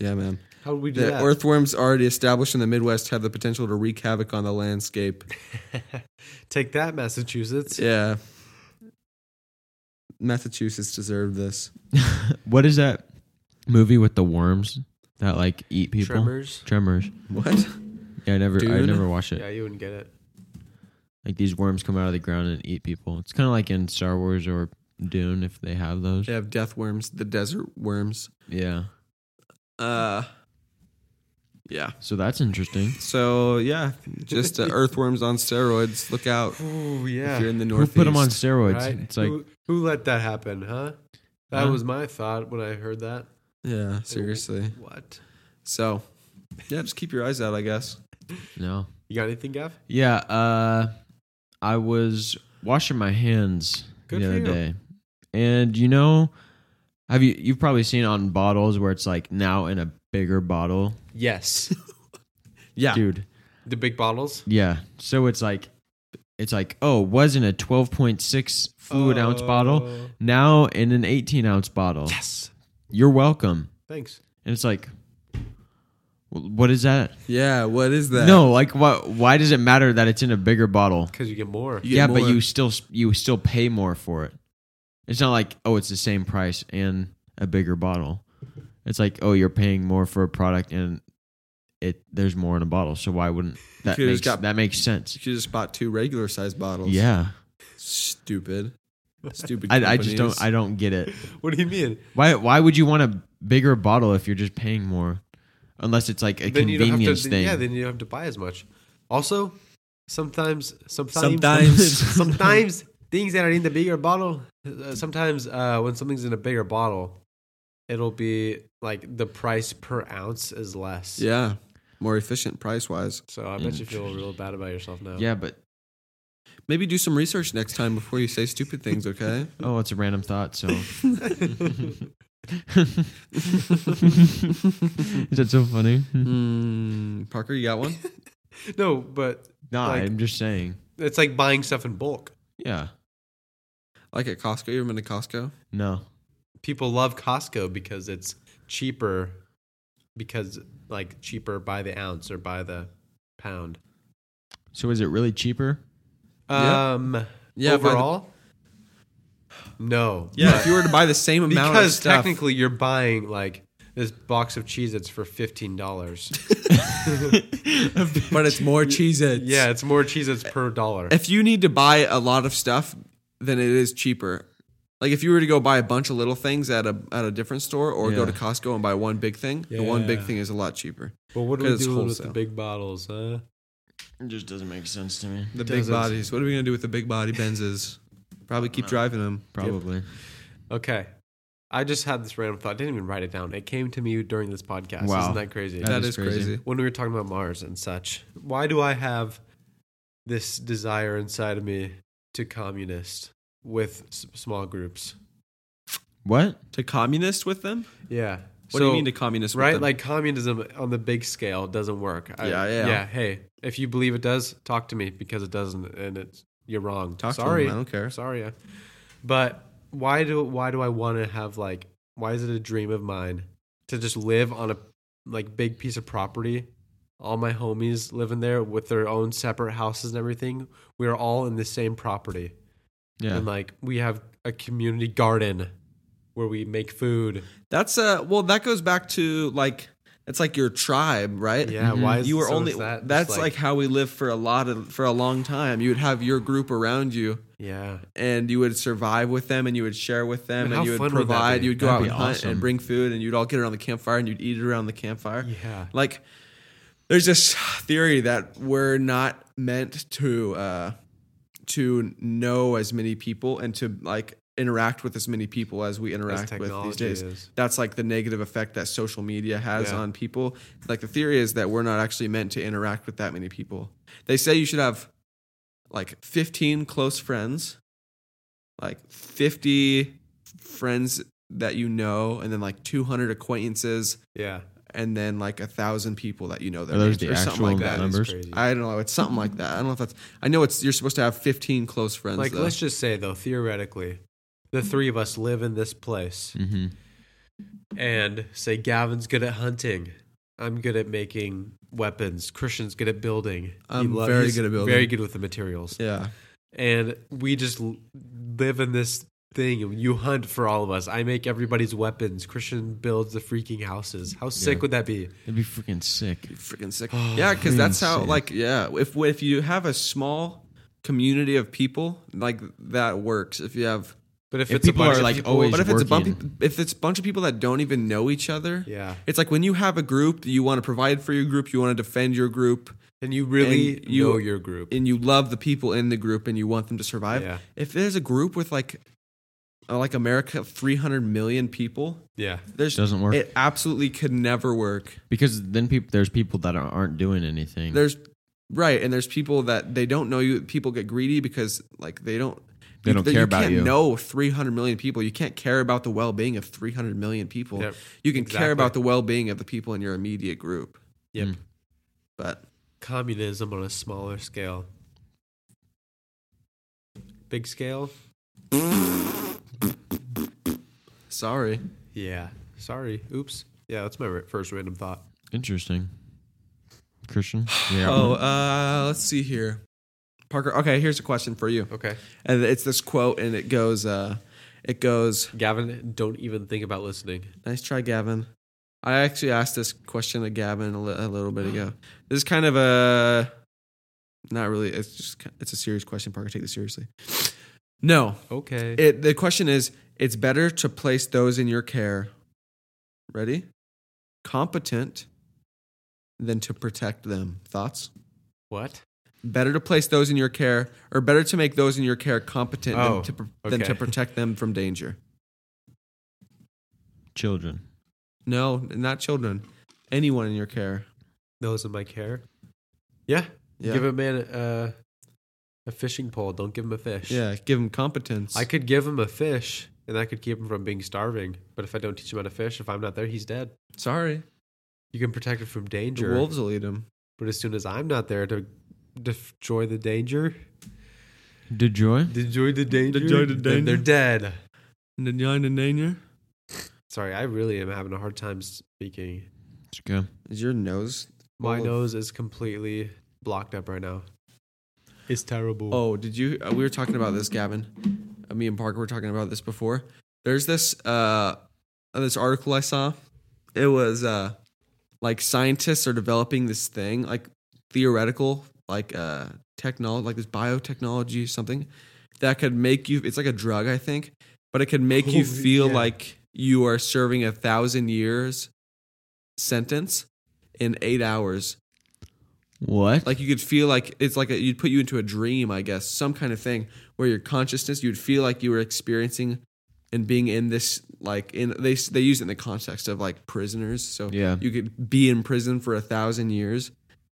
Speaker 3: Yeah, man.
Speaker 1: How would we do
Speaker 3: The
Speaker 1: that?
Speaker 3: earthworms already established in the Midwest have the potential to wreak havoc on the landscape.
Speaker 1: Take that, Massachusetts.
Speaker 3: Yeah. Massachusetts deserved this.
Speaker 2: what is that movie with the worms that like eat people?
Speaker 1: Tremors.
Speaker 2: Tremors.
Speaker 3: What?
Speaker 2: Yeah, I never, I
Speaker 3: Dune?
Speaker 2: never watched it.
Speaker 1: Yeah, you wouldn't get it.
Speaker 2: Like these worms come out of the ground and eat people. It's kind of like in Star Wars or Dune if they have those.
Speaker 3: They have death worms, the desert worms.
Speaker 2: Yeah.
Speaker 3: Uh Yeah.
Speaker 2: So that's interesting.
Speaker 3: So, yeah, just uh, earthworms on steroids. Look out
Speaker 1: Oh yeah.
Speaker 3: if you're in the
Speaker 2: Who
Speaker 3: northeast.
Speaker 2: put them on steroids?
Speaker 1: Right?
Speaker 2: It's like
Speaker 1: who, who let that happen, huh? That
Speaker 2: Huh?
Speaker 1: was my thought when I heard that.
Speaker 3: Yeah, seriously.
Speaker 1: What?
Speaker 3: So, yeah, just keep your eyes out, I guess.
Speaker 2: no.
Speaker 1: You got anything, Gav?
Speaker 2: Yeah, uh I was washing my hands
Speaker 1: Good
Speaker 2: the
Speaker 1: for
Speaker 2: other
Speaker 1: you.
Speaker 2: day And you know, have you you've probably seen on bottles where it's like now in a bigger bottle,
Speaker 1: Yes.
Speaker 3: Yeah.
Speaker 2: dude.
Speaker 1: The big bottles.
Speaker 2: Yeah. So it's like it's like oh, was in a twelve point six fluid ounce bottle,
Speaker 1: Oh.
Speaker 2: now in an eighteen ounce bottle.
Speaker 1: Yes.
Speaker 2: You're welcome.
Speaker 1: Thanks.
Speaker 2: And it's like, wh- what is that?
Speaker 3: Yeah, what is that?
Speaker 2: No, like what? Why does it matter that it's in a bigger bottle?
Speaker 1: Because you get more.
Speaker 3: You get
Speaker 2: yeah, but
Speaker 3: more-
Speaker 2: you still you still pay more for it. It's not like oh, it's the same price and a bigger bottle. It's like oh, you're paying more for a product and it there's more in a bottle. So why wouldn't that
Speaker 3: Could've
Speaker 2: makes,
Speaker 3: just got-
Speaker 2: that makes sense?
Speaker 3: You just bought two regular sized bottles.
Speaker 2: Yeah,
Speaker 3: Stupid. Stupid.
Speaker 2: I, I just don't
Speaker 3: companies.
Speaker 2: I don't get it.
Speaker 1: What do you mean?
Speaker 2: Why why would you want a bigger bottle if you're just paying more? Unless it's like a
Speaker 1: you don't have
Speaker 2: convenience
Speaker 1: to,
Speaker 2: thing.
Speaker 1: Yeah, then you don't have to buy as much. Also, sometimes, sometimes,
Speaker 3: Sometimes.
Speaker 1: sometimes things that are in the bigger bottle. Uh, sometimes, uh, when something's in a bigger bottle, it'll be like the price per ounce is less.
Speaker 3: Yeah. More efficient price wise.
Speaker 1: So I bet you
Speaker 2: Mm.
Speaker 1: feel real bad about yourself now.
Speaker 2: yeah, but
Speaker 3: Maybe do some research next time before you say stupid things, okay?
Speaker 2: oh, it's a random thought. So Is that so funny?
Speaker 3: Hmm. Parker, you got one?
Speaker 1: No, but
Speaker 2: No,
Speaker 1: Like-
Speaker 2: I'm just saying.
Speaker 1: it's like buying stuff in bulk.
Speaker 2: Yeah.
Speaker 3: Like at Costco? You ever been to Costco?
Speaker 2: No.
Speaker 1: People love Costco because it's cheaper, because like cheaper by the ounce or by the pound.
Speaker 2: So is it really cheaper?
Speaker 3: Yeah.
Speaker 1: Um.
Speaker 3: Yeah, by the-
Speaker 1: Overall. no.
Speaker 3: If you were to buy the same amount of
Speaker 1: Because
Speaker 3: stuff.
Speaker 1: technically, you're buying like this box of Cheez Its for fifteen dollars.
Speaker 3: but it's more Cheez Its.
Speaker 1: yeah, it's more Cheez Its per dollar.
Speaker 3: If you need to buy a lot of stuff, then it is cheaper. Like if you were to go buy a bunch of little things at a at a different store or go
Speaker 2: Yeah.
Speaker 3: to Costco and buy one big thing, the one big
Speaker 1: Yeah.
Speaker 3: thing is a lot cheaper.
Speaker 1: But what
Speaker 3: do we 'Cause it's do with the wholesale.
Speaker 1: big bottles? Huh?
Speaker 2: It just doesn't make sense to me.
Speaker 3: The big
Speaker 1: Doesn't-
Speaker 3: bodies. What are we gonna do with the big body Benzes? Probably keep driving them.
Speaker 2: Probably.
Speaker 1: Okay, I just had this random thought. I didn't even write it down. It came to me during this podcast.
Speaker 2: Wow.
Speaker 1: Isn't that crazy?
Speaker 2: That
Speaker 3: that
Speaker 2: is
Speaker 3: is crazy.
Speaker 2: crazy.
Speaker 1: when we were talking about Mars and such, why do I have this desire inside of me to communist with s- small groups?
Speaker 2: What?
Speaker 3: To communist with them?
Speaker 1: Yeah.
Speaker 3: What
Speaker 1: So-
Speaker 3: do you mean to communist with
Speaker 1: right?
Speaker 3: them?
Speaker 1: Like communism on the big scale doesn't work.
Speaker 3: Yeah, yeah.
Speaker 1: yeah. Hey, if you believe it does, talk to me because it doesn't, and it's you're wrong.
Speaker 3: Talk to
Speaker 1: Sorry,
Speaker 3: them, I don't care.
Speaker 1: Sorry, yeah. but why do why do I want to have like why is it a dream of mine to just live on a like big piece of property? All my homies live in there with their own separate houses and everything. We are all in the same property,
Speaker 2: Yeah.
Speaker 1: and like we have a community garden where we make food.
Speaker 3: That's uh well that goes back to like it's like your tribe, right?
Speaker 1: Yeah, why is
Speaker 3: Mm-hmm. you were
Speaker 1: so
Speaker 3: only
Speaker 1: is that just,
Speaker 3: that's like, how we lived for a lot of for a long time. You would have your group around you
Speaker 1: yeah.
Speaker 3: and you would survive with them and you would share with them
Speaker 1: Man, how
Speaker 3: and you would
Speaker 1: fun would that
Speaker 3: provide
Speaker 1: be?
Speaker 3: you would go
Speaker 2: That'd
Speaker 3: out
Speaker 2: be
Speaker 3: and hunt
Speaker 2: awesome.
Speaker 3: and bring food and you'd all get around the campfire and you'd eat it around the campfire
Speaker 1: Yeah.
Speaker 3: like there's this theory that we're not meant to uh to know as many people and to like interact with as many people as we interact with these
Speaker 1: technology
Speaker 3: days
Speaker 1: is.
Speaker 3: that's like the negative effect that social media has
Speaker 1: Yeah.
Speaker 3: on people like the theory is that we're not actually meant to interact with that many people they say you should have like 15 close friends like 50 friends that you know and then like 200 acquaintances
Speaker 1: Yeah.
Speaker 3: and then like a thousand people that you know their
Speaker 2: Are those
Speaker 3: names
Speaker 2: the
Speaker 3: or something
Speaker 2: actual
Speaker 3: like that.
Speaker 1: num-
Speaker 2: numbers?
Speaker 1: crazy.
Speaker 3: I don't know. It's something like that. I don't know if that's. I know it's. You're supposed to have 15 close friends.
Speaker 1: Like,
Speaker 3: though.
Speaker 1: let's just say, though, theoretically, the three of us live in this place
Speaker 2: Mm-hmm.
Speaker 1: and say Gavin's good at hunting. I'm good at making weapons. Christian's good at building. He
Speaker 3: I'm
Speaker 1: lo-
Speaker 3: very
Speaker 1: he's
Speaker 3: good at building.
Speaker 1: Very good with the materials.
Speaker 3: yeah.
Speaker 1: And we just l- live in this thing. and You hunt for all of us. I make everybody's weapons. Christian builds the freaking houses. How sick
Speaker 2: Yeah.
Speaker 1: would that be?
Speaker 2: It'd be freaking sick.
Speaker 3: Freaking sick. yeah, because that's how.
Speaker 2: Oh, Insane.
Speaker 3: Like, yeah. If if you have a small community of people, like that works. If you have.
Speaker 1: But if,
Speaker 2: If
Speaker 1: it's a
Speaker 2: people
Speaker 1: bunch
Speaker 2: are,
Speaker 1: of
Speaker 2: like,
Speaker 1: people,
Speaker 2: always-
Speaker 3: But if it's a bumpy,
Speaker 2: working.
Speaker 3: if it's a bunch of people that don't even know each other,
Speaker 1: yeah,
Speaker 3: It's like when you have a group, you want to provide for your group, you want to defend your group,
Speaker 1: and you really
Speaker 3: And you-
Speaker 1: know your group.
Speaker 3: and you love the people in the group and you want them to survive.
Speaker 1: Yeah.
Speaker 3: If there's a group with like uh, like America 300 million people,
Speaker 1: yeah,
Speaker 3: there's
Speaker 2: Doesn't work.
Speaker 3: It absolutely could never work.
Speaker 2: Because then people there's people that are- aren't doing anything.
Speaker 3: There's right and there's people that they don't know you people get greedy because like they don't
Speaker 2: They don't care about
Speaker 3: can't
Speaker 2: you.
Speaker 3: know 300 million people. You can't care about the well-being of 300 million people.
Speaker 1: Yep.
Speaker 3: you can
Speaker 1: exactly.
Speaker 3: care about the well-being of the people in your immediate group.
Speaker 1: Yep.
Speaker 2: Mm.
Speaker 3: But
Speaker 1: Communism on a smaller scale. Big scale?
Speaker 3: sorry.
Speaker 1: Yeah. Sorry. Oops. Yeah, that's my ra- first random thought.
Speaker 2: Interesting. Christian? Yeah.
Speaker 3: Oh, uh, let's see here. Parker, okay, here's a question for you.
Speaker 1: Okay.
Speaker 3: And it's this quote and it goes uh it goes,
Speaker 1: Gavin, don't even think about listening.
Speaker 3: nice try Gavin. I actually asked this question to Gavin a li- a little bit ago. This is kind of a not really it's just ki- it's a serious question, Parker, take this seriously. No,
Speaker 1: Okay.
Speaker 3: It, the question is it's better to place those in your care, ready? Competent than to protect them. Thoughts?
Speaker 1: what?
Speaker 3: Better to place those in your care, or better to make those in your care competent
Speaker 1: Oh,
Speaker 3: than, to, pr- than
Speaker 1: okay.
Speaker 3: to protect them from danger.
Speaker 2: Children.
Speaker 3: No, not children. Anyone in your care.
Speaker 1: Those in my care? Yeah.
Speaker 3: Yeah.
Speaker 1: Give a man a, a fishing pole. Don't give him a fish.
Speaker 3: yeah, give them competence.
Speaker 1: I could give him a fish and that could keep him from being starving. But if I don't teach him how to fish, if I'm not there, he's dead.
Speaker 3: Sorry.
Speaker 1: You can protect him from
Speaker 3: The
Speaker 1: danger.
Speaker 3: wolves will eat them.
Speaker 1: But as soon as I'm not there to destroy the danger,
Speaker 2: Did Joy?
Speaker 1: destroy the danger,
Speaker 3: Destroy the
Speaker 1: then they're
Speaker 3: danger.
Speaker 1: dead.
Speaker 3: danger.
Speaker 1: Sorry, I really am having a hard time speaking.
Speaker 2: Let's go.
Speaker 3: Is your nose?
Speaker 1: My
Speaker 3: full of-
Speaker 1: nose is completely blocked up right now. It's terrible.
Speaker 3: Oh, did you? Uh, we were talking about this, Gavin. Uh, me and Parker were talking about this before. There's this uh, this article I saw. It was uh, like scientists are developing this thing, like theoretical, like uh, technology, like this biotechnology, something that could make you. It's like a drug, I think, but it could make
Speaker 1: Holy-
Speaker 3: you feel
Speaker 1: yeah.
Speaker 3: like you are serving a thousand years sentence in eight hours
Speaker 2: What?
Speaker 3: like you could feel like it's like a, you'd put you into a dream i guess some kind of thing where your consciousness you'd feel like you were experiencing and being in this like in they they use it in the context of like prisoners so
Speaker 2: Yeah.
Speaker 3: you could be in prison for a thousand years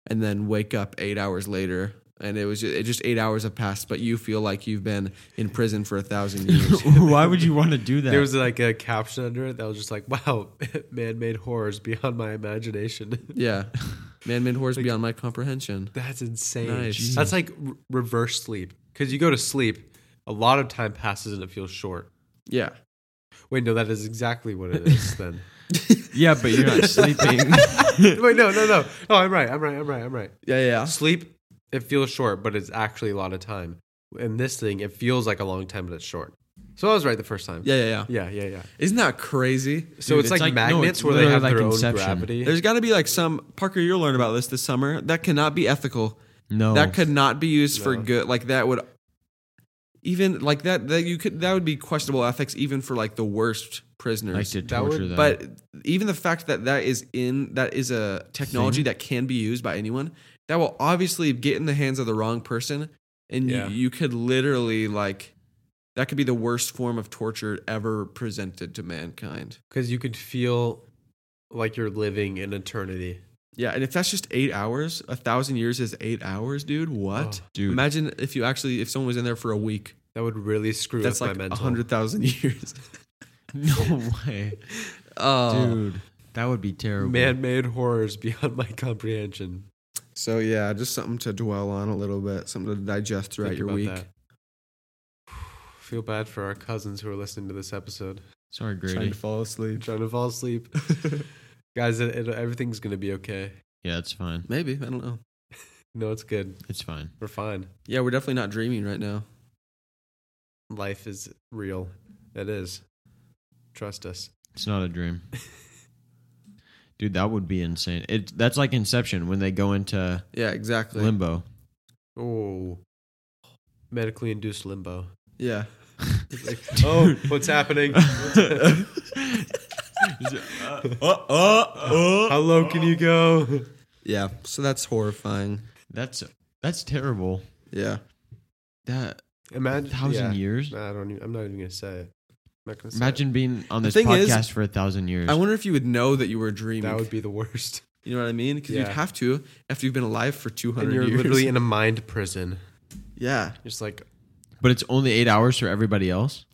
Speaker 3: and then wake up eight hours later and it was just, it just eight hours have passed but you feel like you've been in prison for a thousand years
Speaker 2: Why would you want to do that?
Speaker 1: There was like a caption under it that was just like, wow, man made horrors beyond my imagination.
Speaker 3: yeah man-made horrors beyond my comprehension
Speaker 1: That's insane.
Speaker 3: Nice.
Speaker 1: That's like re- reverse sleep. Because you go to sleep, a lot of time passes and it feels short.
Speaker 3: yeah
Speaker 1: Wait, no, that is exactly what it is then.
Speaker 2: yeah, but you're not sleeping.
Speaker 1: Wait, no, no, no. No, I'm right. I'm right. I'm right. I'm right.
Speaker 3: yeah yeah
Speaker 1: Sleep, it feels short, but it's actually a lot of time. And this thing, it feels like a long time, but it's short. So I was right the first time.
Speaker 3: yeah yeah yeah
Speaker 1: yeah, yeah. yeah.
Speaker 3: isn't that crazy
Speaker 1: So
Speaker 2: Dude, it's
Speaker 1: it's, like,
Speaker 2: like- no,
Speaker 1: magnets
Speaker 2: it's
Speaker 1: where they
Speaker 2: literally
Speaker 1: have
Speaker 2: like
Speaker 1: their
Speaker 2: Inception.
Speaker 1: own gravity.
Speaker 3: There's got to be like some Parker. You'll learn about this this summer. That cannot be ethical.
Speaker 2: no.
Speaker 3: That could not be used for
Speaker 1: No.
Speaker 3: good. Like that would even like that that you could that would be questionable ethics even for like the worst prisoners.
Speaker 2: like to
Speaker 1: that
Speaker 2: torture
Speaker 1: would-
Speaker 2: them.
Speaker 3: but even the fact that that is in that is a technology
Speaker 2: Thing?
Speaker 3: that can be used by anyone that will obviously get in the hands of the wrong person, and
Speaker 1: Yeah.
Speaker 3: you, you could literally like that could be the worst form of torture ever presented to mankind.
Speaker 1: Because you could feel like you're living in eternity.
Speaker 3: Yeah, and if that's just eight hours, a thousand years is eight hours, dude. What?
Speaker 1: Oh,
Speaker 2: dude.
Speaker 3: Imagine if you actually if someone was in there for a week.
Speaker 1: That would really screw
Speaker 3: That's
Speaker 1: up
Speaker 3: like
Speaker 1: my
Speaker 3: a
Speaker 1: mental.
Speaker 3: hundred thousand years.
Speaker 2: no way.
Speaker 3: Oh,
Speaker 2: Dude. That would be terrible.
Speaker 1: Man-made horrors beyond my comprehension.
Speaker 3: so yeah, just something to dwell on a little bit, something to digest throughout
Speaker 1: Think
Speaker 3: your
Speaker 1: about
Speaker 3: week.
Speaker 1: that. Feel bad for our cousins who are listening to this episode.
Speaker 2: Sorry,
Speaker 3: Trying
Speaker 2: Grady.
Speaker 3: to fall asleep.
Speaker 1: trying to fall asleep. Guys, it, it, everything's going to be okay.
Speaker 2: Yeah, it's fine.
Speaker 3: Maybe I don't know.
Speaker 1: No, it's good.
Speaker 2: It's fine.
Speaker 1: We're fine.
Speaker 3: Yeah, we're definitely not dreaming right now.
Speaker 1: Life is real. It is. Trust us.
Speaker 2: It's not a dream. Dude, that would be insane. It that's like Inception when they go into
Speaker 3: Yeah, exactly.
Speaker 2: limbo.
Speaker 1: Oh. Medically induced limbo.
Speaker 3: yeah,
Speaker 1: Like, oh, what's happening? How low can you go?
Speaker 3: yeah. So that's horrifying.
Speaker 2: That's that's terrible.
Speaker 3: Yeah,
Speaker 2: That
Speaker 1: Imagine
Speaker 2: thousand
Speaker 1: yeah.
Speaker 2: years.
Speaker 1: Nah, I don't. Even, I'm not even gonna say it. I'm not gonna say
Speaker 2: Imagine being on
Speaker 3: The
Speaker 2: this
Speaker 3: thing is-
Speaker 2: podcast for a thousand years.
Speaker 3: I wonder if you would know that you were
Speaker 1: it.
Speaker 3: dreaming.
Speaker 1: that would be the worst.
Speaker 3: you know what I mean? Because
Speaker 1: Yeah.
Speaker 3: you'd have to after you've been alive for two
Speaker 1: And
Speaker 3: hundred
Speaker 1: you're
Speaker 3: years.
Speaker 1: literally in a mind prison.
Speaker 3: yeah.
Speaker 1: Just like
Speaker 2: but it's only eight hours for everybody else.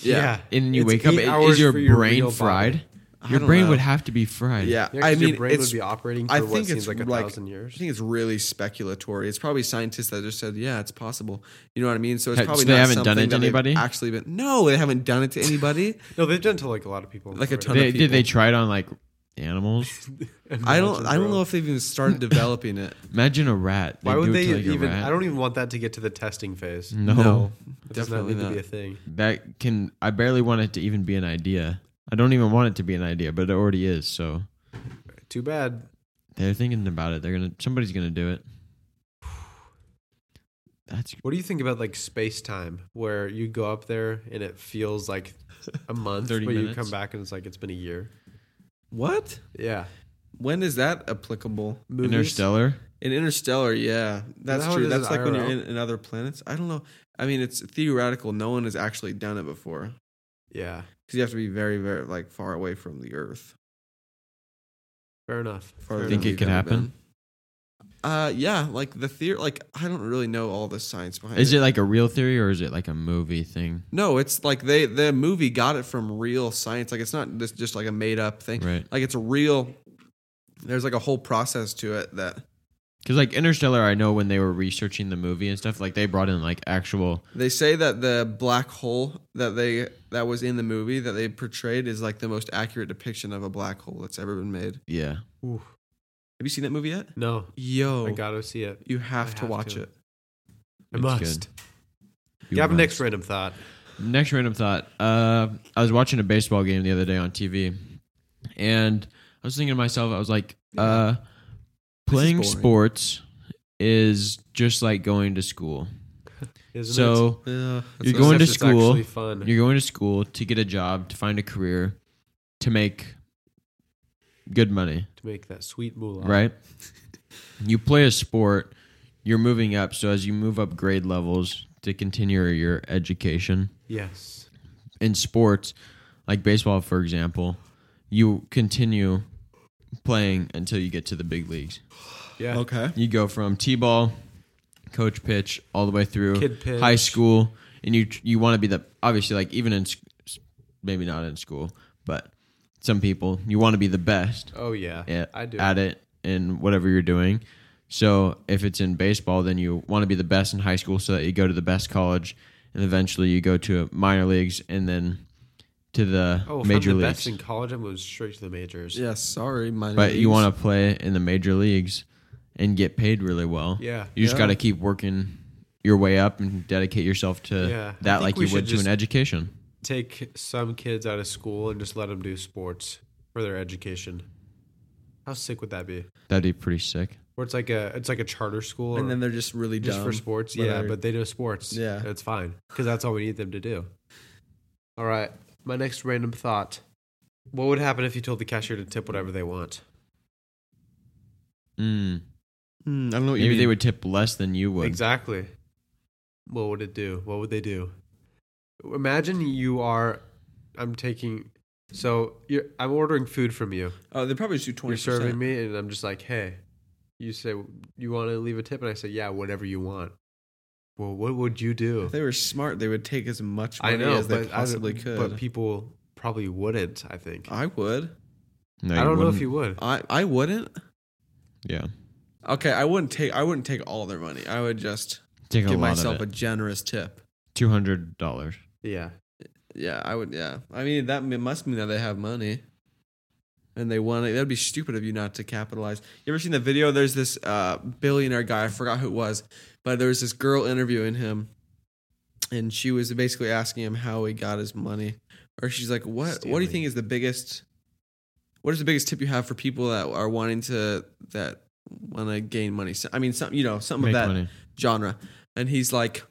Speaker 3: Yeah.
Speaker 2: And then you
Speaker 1: It's
Speaker 2: wake up,
Speaker 1: eight
Speaker 2: i-
Speaker 1: hours
Speaker 2: is your
Speaker 1: for your
Speaker 2: brain
Speaker 1: real body.
Speaker 2: fried?
Speaker 3: I
Speaker 2: Your
Speaker 3: don't
Speaker 2: brain
Speaker 3: know.
Speaker 2: would have to be fried.
Speaker 3: Yeah,
Speaker 1: Yeah, 'cause
Speaker 3: I mean,
Speaker 1: your brain would
Speaker 3: it's,
Speaker 1: be operating for
Speaker 3: I
Speaker 1: what
Speaker 3: think
Speaker 1: seems
Speaker 3: it's
Speaker 1: like a
Speaker 3: like-
Speaker 1: thousand years.
Speaker 3: I think it's really speculatory. It's probably scientists that just said, "Yeah, it's possible." You know what I mean? So it's
Speaker 2: Ha- so
Speaker 3: probably
Speaker 2: they
Speaker 3: not
Speaker 2: haven't done
Speaker 3: something
Speaker 2: it to
Speaker 3: that they've
Speaker 2: anybody?
Speaker 3: Actually, been no, they haven't done it to anybody.
Speaker 1: no, they've done to like a lot of people.
Speaker 3: Like a
Speaker 1: already.
Speaker 3: ton of
Speaker 2: They, did they
Speaker 3: people.
Speaker 2: try it on like animals?
Speaker 3: I don't.
Speaker 1: Imagine,
Speaker 3: I don't
Speaker 1: bro.
Speaker 3: know if they've even started developing it.
Speaker 2: Imagine a rat.
Speaker 1: Why
Speaker 2: do
Speaker 1: would
Speaker 2: it
Speaker 1: they
Speaker 2: to, like, a
Speaker 1: even?
Speaker 2: rat.
Speaker 1: I don't even want that to get to the testing phase.
Speaker 2: No.
Speaker 3: No.
Speaker 1: It does not
Speaker 3: definitely
Speaker 1: need to
Speaker 3: not.
Speaker 1: be a thing.
Speaker 2: that can. I barely want it to even be an idea. I don't even want it to be an idea, but it already is. So
Speaker 1: Too bad.
Speaker 2: they're thinking about it. They're gonna. Somebody's gonna do it. That's
Speaker 1: What do you think about like space time, where you go up there and it feels like a month, but
Speaker 2: 30
Speaker 1: you
Speaker 2: minutes?
Speaker 1: come back and it's like it's been a year?
Speaker 3: What?
Speaker 1: Yeah,
Speaker 3: When is that applicable?
Speaker 1: Movies?
Speaker 2: Interstellar.
Speaker 3: In Interstellar, yeah, that's
Speaker 1: that how
Speaker 3: true.
Speaker 1: it is
Speaker 3: That's
Speaker 1: in
Speaker 3: like when you're in,
Speaker 1: IRL?
Speaker 3: in other planets. I don't know. I mean, it's theoretical. No one has actually done it before
Speaker 1: Yeah,
Speaker 3: because you have to be very, very like far away from the Earth.
Speaker 1: fair enough.
Speaker 3: farther
Speaker 1: Fair
Speaker 2: Think it
Speaker 1: enough.
Speaker 3: than we've
Speaker 2: could
Speaker 3: ever
Speaker 2: happen?
Speaker 3: been. Uh, yeah, like the theory. Like I don't really know all the science behind
Speaker 2: Is it like a real theory or is it like a movie thing?
Speaker 3: No, it's like they the movie got it from real science. Like it's not just just like a made up thing.
Speaker 2: Right.
Speaker 3: Like it's a real. There's like a whole process to it that
Speaker 2: Because like Interstellar, I know when they were researching the movie and stuff, like they brought in like actual.
Speaker 3: they say that the black hole that they that was in the movie that they portrayed is like the most accurate depiction of a black hole that's ever been made.
Speaker 2: Yeah.
Speaker 1: Ooh.
Speaker 3: Have you seen that movie yet?
Speaker 1: No,
Speaker 3: Yo,
Speaker 2: Oh.
Speaker 1: I gotta see it.
Speaker 3: you have
Speaker 1: I
Speaker 3: to
Speaker 1: have
Speaker 3: watch
Speaker 1: to.
Speaker 3: it.
Speaker 1: I
Speaker 2: It's
Speaker 1: must.
Speaker 2: You
Speaker 1: Gavin,
Speaker 2: must.
Speaker 1: next random thought.
Speaker 2: Next random thought. Uh, I was watching a baseball game the other day on TV, and I was thinking to myself, I was like, uh, playing
Speaker 3: boring.
Speaker 2: sports is just like going to school.
Speaker 1: Isn't
Speaker 2: so
Speaker 3: Yeah,
Speaker 2: You're
Speaker 1: it?
Speaker 2: going to
Speaker 1: Except it's
Speaker 2: school,
Speaker 1: actually fun.
Speaker 2: You're going to school to get a job, to find a career, to make good money,
Speaker 1: to make that sweet moolah.
Speaker 2: right? you play a sport, you're moving up. So as you move up grade levels to continue your education
Speaker 1: Yes.
Speaker 2: in sports, like baseball, for example, you continue playing until you get to the big leagues.
Speaker 1: Yeah.
Speaker 3: okay.
Speaker 2: You go from T-ball, coach pitch, all the way through
Speaker 1: Kid pitch.
Speaker 2: high school, and you you want to be the obviously like even in s- maybe not in school, but some people you want to be the best
Speaker 1: Oh yeah.
Speaker 2: at,
Speaker 1: I do.
Speaker 2: at it in whatever you're doing. So if it's in baseball, then you want to be the best in high school so that you go to the best college, and eventually you go to minor leagues and then to the
Speaker 1: Oh, if
Speaker 2: major
Speaker 1: I'm the
Speaker 2: leagues.
Speaker 1: best in college, I'm going straight to the majors.
Speaker 3: Yeah, sorry, minor
Speaker 2: But you
Speaker 3: leagues.
Speaker 2: want to play in the major leagues and get paid really well.
Speaker 1: Yeah.
Speaker 2: You just
Speaker 3: Yeah.
Speaker 2: got to keep working your way up and dedicate yourself to
Speaker 1: Yeah.
Speaker 2: that
Speaker 1: I think
Speaker 2: like
Speaker 1: we
Speaker 2: you would
Speaker 1: should
Speaker 2: to
Speaker 1: just-
Speaker 2: an education.
Speaker 1: Take some kids out of school and just let them do sports for their education. How sick would that be?
Speaker 2: That'd be pretty sick.
Speaker 1: Where it's like a it's like a charter school,
Speaker 3: and
Speaker 1: or
Speaker 3: then they're just really
Speaker 1: just
Speaker 3: dumb
Speaker 1: for sports.
Speaker 3: where
Speaker 1: Yeah,
Speaker 3: they're-
Speaker 1: but they know sports.
Speaker 3: Yeah.
Speaker 1: and it's fine because that's all we need them to do. All right, my next random thought: What would happen if you told the cashier to tip whatever they want?
Speaker 2: Mm.
Speaker 3: Hmm, I don't know. What
Speaker 2: Maybe
Speaker 3: you
Speaker 2: they
Speaker 3: mean.
Speaker 2: would tip less than you would.
Speaker 1: Exactly. What would it do? What would they do? Imagine you are. I'm taking. So you're, I'm ordering food from you.
Speaker 3: Oh, they probably just do
Speaker 1: You're
Speaker 3: twenty.
Speaker 1: serving me, and I'm just like, hey. You say you want to leave a tip, and I say, yeah, whatever you want. Well, what would you do?
Speaker 3: If they were smart, they would take as much money
Speaker 1: I know,
Speaker 3: as they
Speaker 1: but I-
Speaker 3: possibly could.
Speaker 1: But people probably wouldn't. I think.
Speaker 3: I would.
Speaker 2: No,
Speaker 1: I don't know
Speaker 2: wouldn't.
Speaker 1: if you would.
Speaker 3: I I wouldn't.
Speaker 2: Yeah.
Speaker 3: Okay, I wouldn't take. I wouldn't take all their money. I would just
Speaker 2: Take a
Speaker 3: give
Speaker 2: lot
Speaker 3: myself
Speaker 2: of
Speaker 3: a
Speaker 2: it.
Speaker 3: generous tip.
Speaker 2: Two hundred dollars.
Speaker 1: Yeah.
Speaker 3: Yeah, I would. Yeah, I mean that m- must mean that they have money, and they want it. That'd be stupid of you not to capitalize. You ever seen the video? There's this uh, billionaire guy. I forgot who it was, but there was this girl interviewing him, and she was basically asking him how he got his money, or she's like, "What? What do you
Speaker 1: Stealing.
Speaker 3: think is the biggest? What is the biggest tip you have for people that are wanting to that want to gain money? So, I mean, some you know something
Speaker 2: Make
Speaker 3: of that
Speaker 2: money.
Speaker 3: genre. And he's like,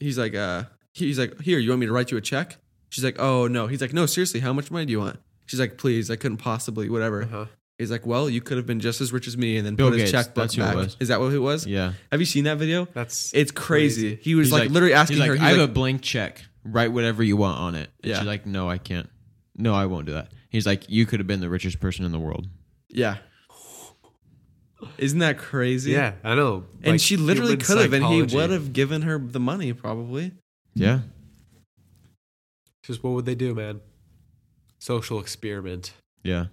Speaker 3: he's like, uh, he's like, here, you want me to write you a check? She's like, oh no. He's like, no, seriously, how much money do you want? She's like, please, I couldn't possibly, whatever.
Speaker 1: Uh-huh.
Speaker 3: He's like, well, you could have been just as rich as me, and then
Speaker 2: Bill
Speaker 3: put his
Speaker 2: Gates,
Speaker 3: checkbook
Speaker 2: that's who it
Speaker 3: back.
Speaker 2: was.
Speaker 3: Is that what it was?
Speaker 2: Yeah.
Speaker 3: Have you seen that video?
Speaker 1: That's
Speaker 3: It's crazy. He was like, literally asking
Speaker 2: he's
Speaker 3: her.
Speaker 2: Like,
Speaker 3: he's
Speaker 2: I
Speaker 3: like,
Speaker 2: have a blank check. Write whatever you want on it. And
Speaker 3: Yeah.
Speaker 2: She's like, no, I can't. No, I won't do that. He's like, you could have been the richest person in the world.
Speaker 3: yeah. Isn't that crazy?
Speaker 1: Yeah, I know.
Speaker 3: And
Speaker 1: Like,
Speaker 3: she literally
Speaker 1: human
Speaker 3: could have, and he
Speaker 1: psychology.
Speaker 3: would have given her the money probably.
Speaker 2: Yeah.
Speaker 1: Just what would they do, man? Social experiment.
Speaker 2: Yeah.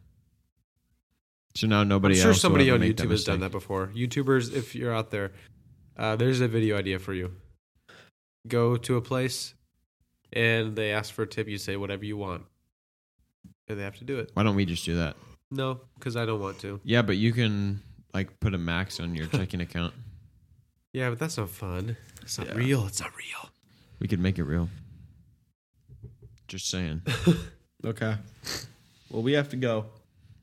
Speaker 2: So now nobody
Speaker 1: I'm sure
Speaker 2: else will
Speaker 1: somebody
Speaker 2: ever
Speaker 1: on
Speaker 2: make
Speaker 1: YouTube has
Speaker 2: mistake.
Speaker 1: done that before. YouTubers, if you're out there, uh, there's a video idea for you. Go to a place, and they ask for a tip. You say whatever you want, and they have to do it.
Speaker 2: Why don't we just do that?
Speaker 1: No, because I don't want to.
Speaker 2: Yeah, but you can like put a max on your checking account.
Speaker 1: Yeah, but that's not fun. It's not real. It's not real.
Speaker 2: We could make it real. Just saying.
Speaker 3: Okay. Well, we have to go.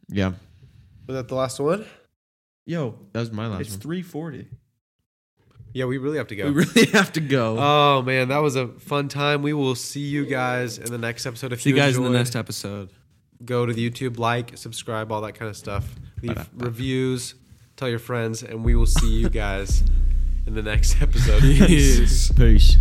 Speaker 2: Yeah.
Speaker 1: Was that the last one?
Speaker 3: Yo,
Speaker 2: That was my last
Speaker 3: it's
Speaker 2: one.
Speaker 3: 340.
Speaker 1: Yeah, we really have to go.
Speaker 3: We really have to go.
Speaker 1: oh man, that was a fun time. We will see you guys in the next episode. If
Speaker 3: See you guys in the
Speaker 1: enjoyed-
Speaker 3: next episode.
Speaker 1: go to the YouTube, like, subscribe, all that kind of stuff. Leave reviews, tell your friends, and we will see you guys in the next episode.
Speaker 2: Peace.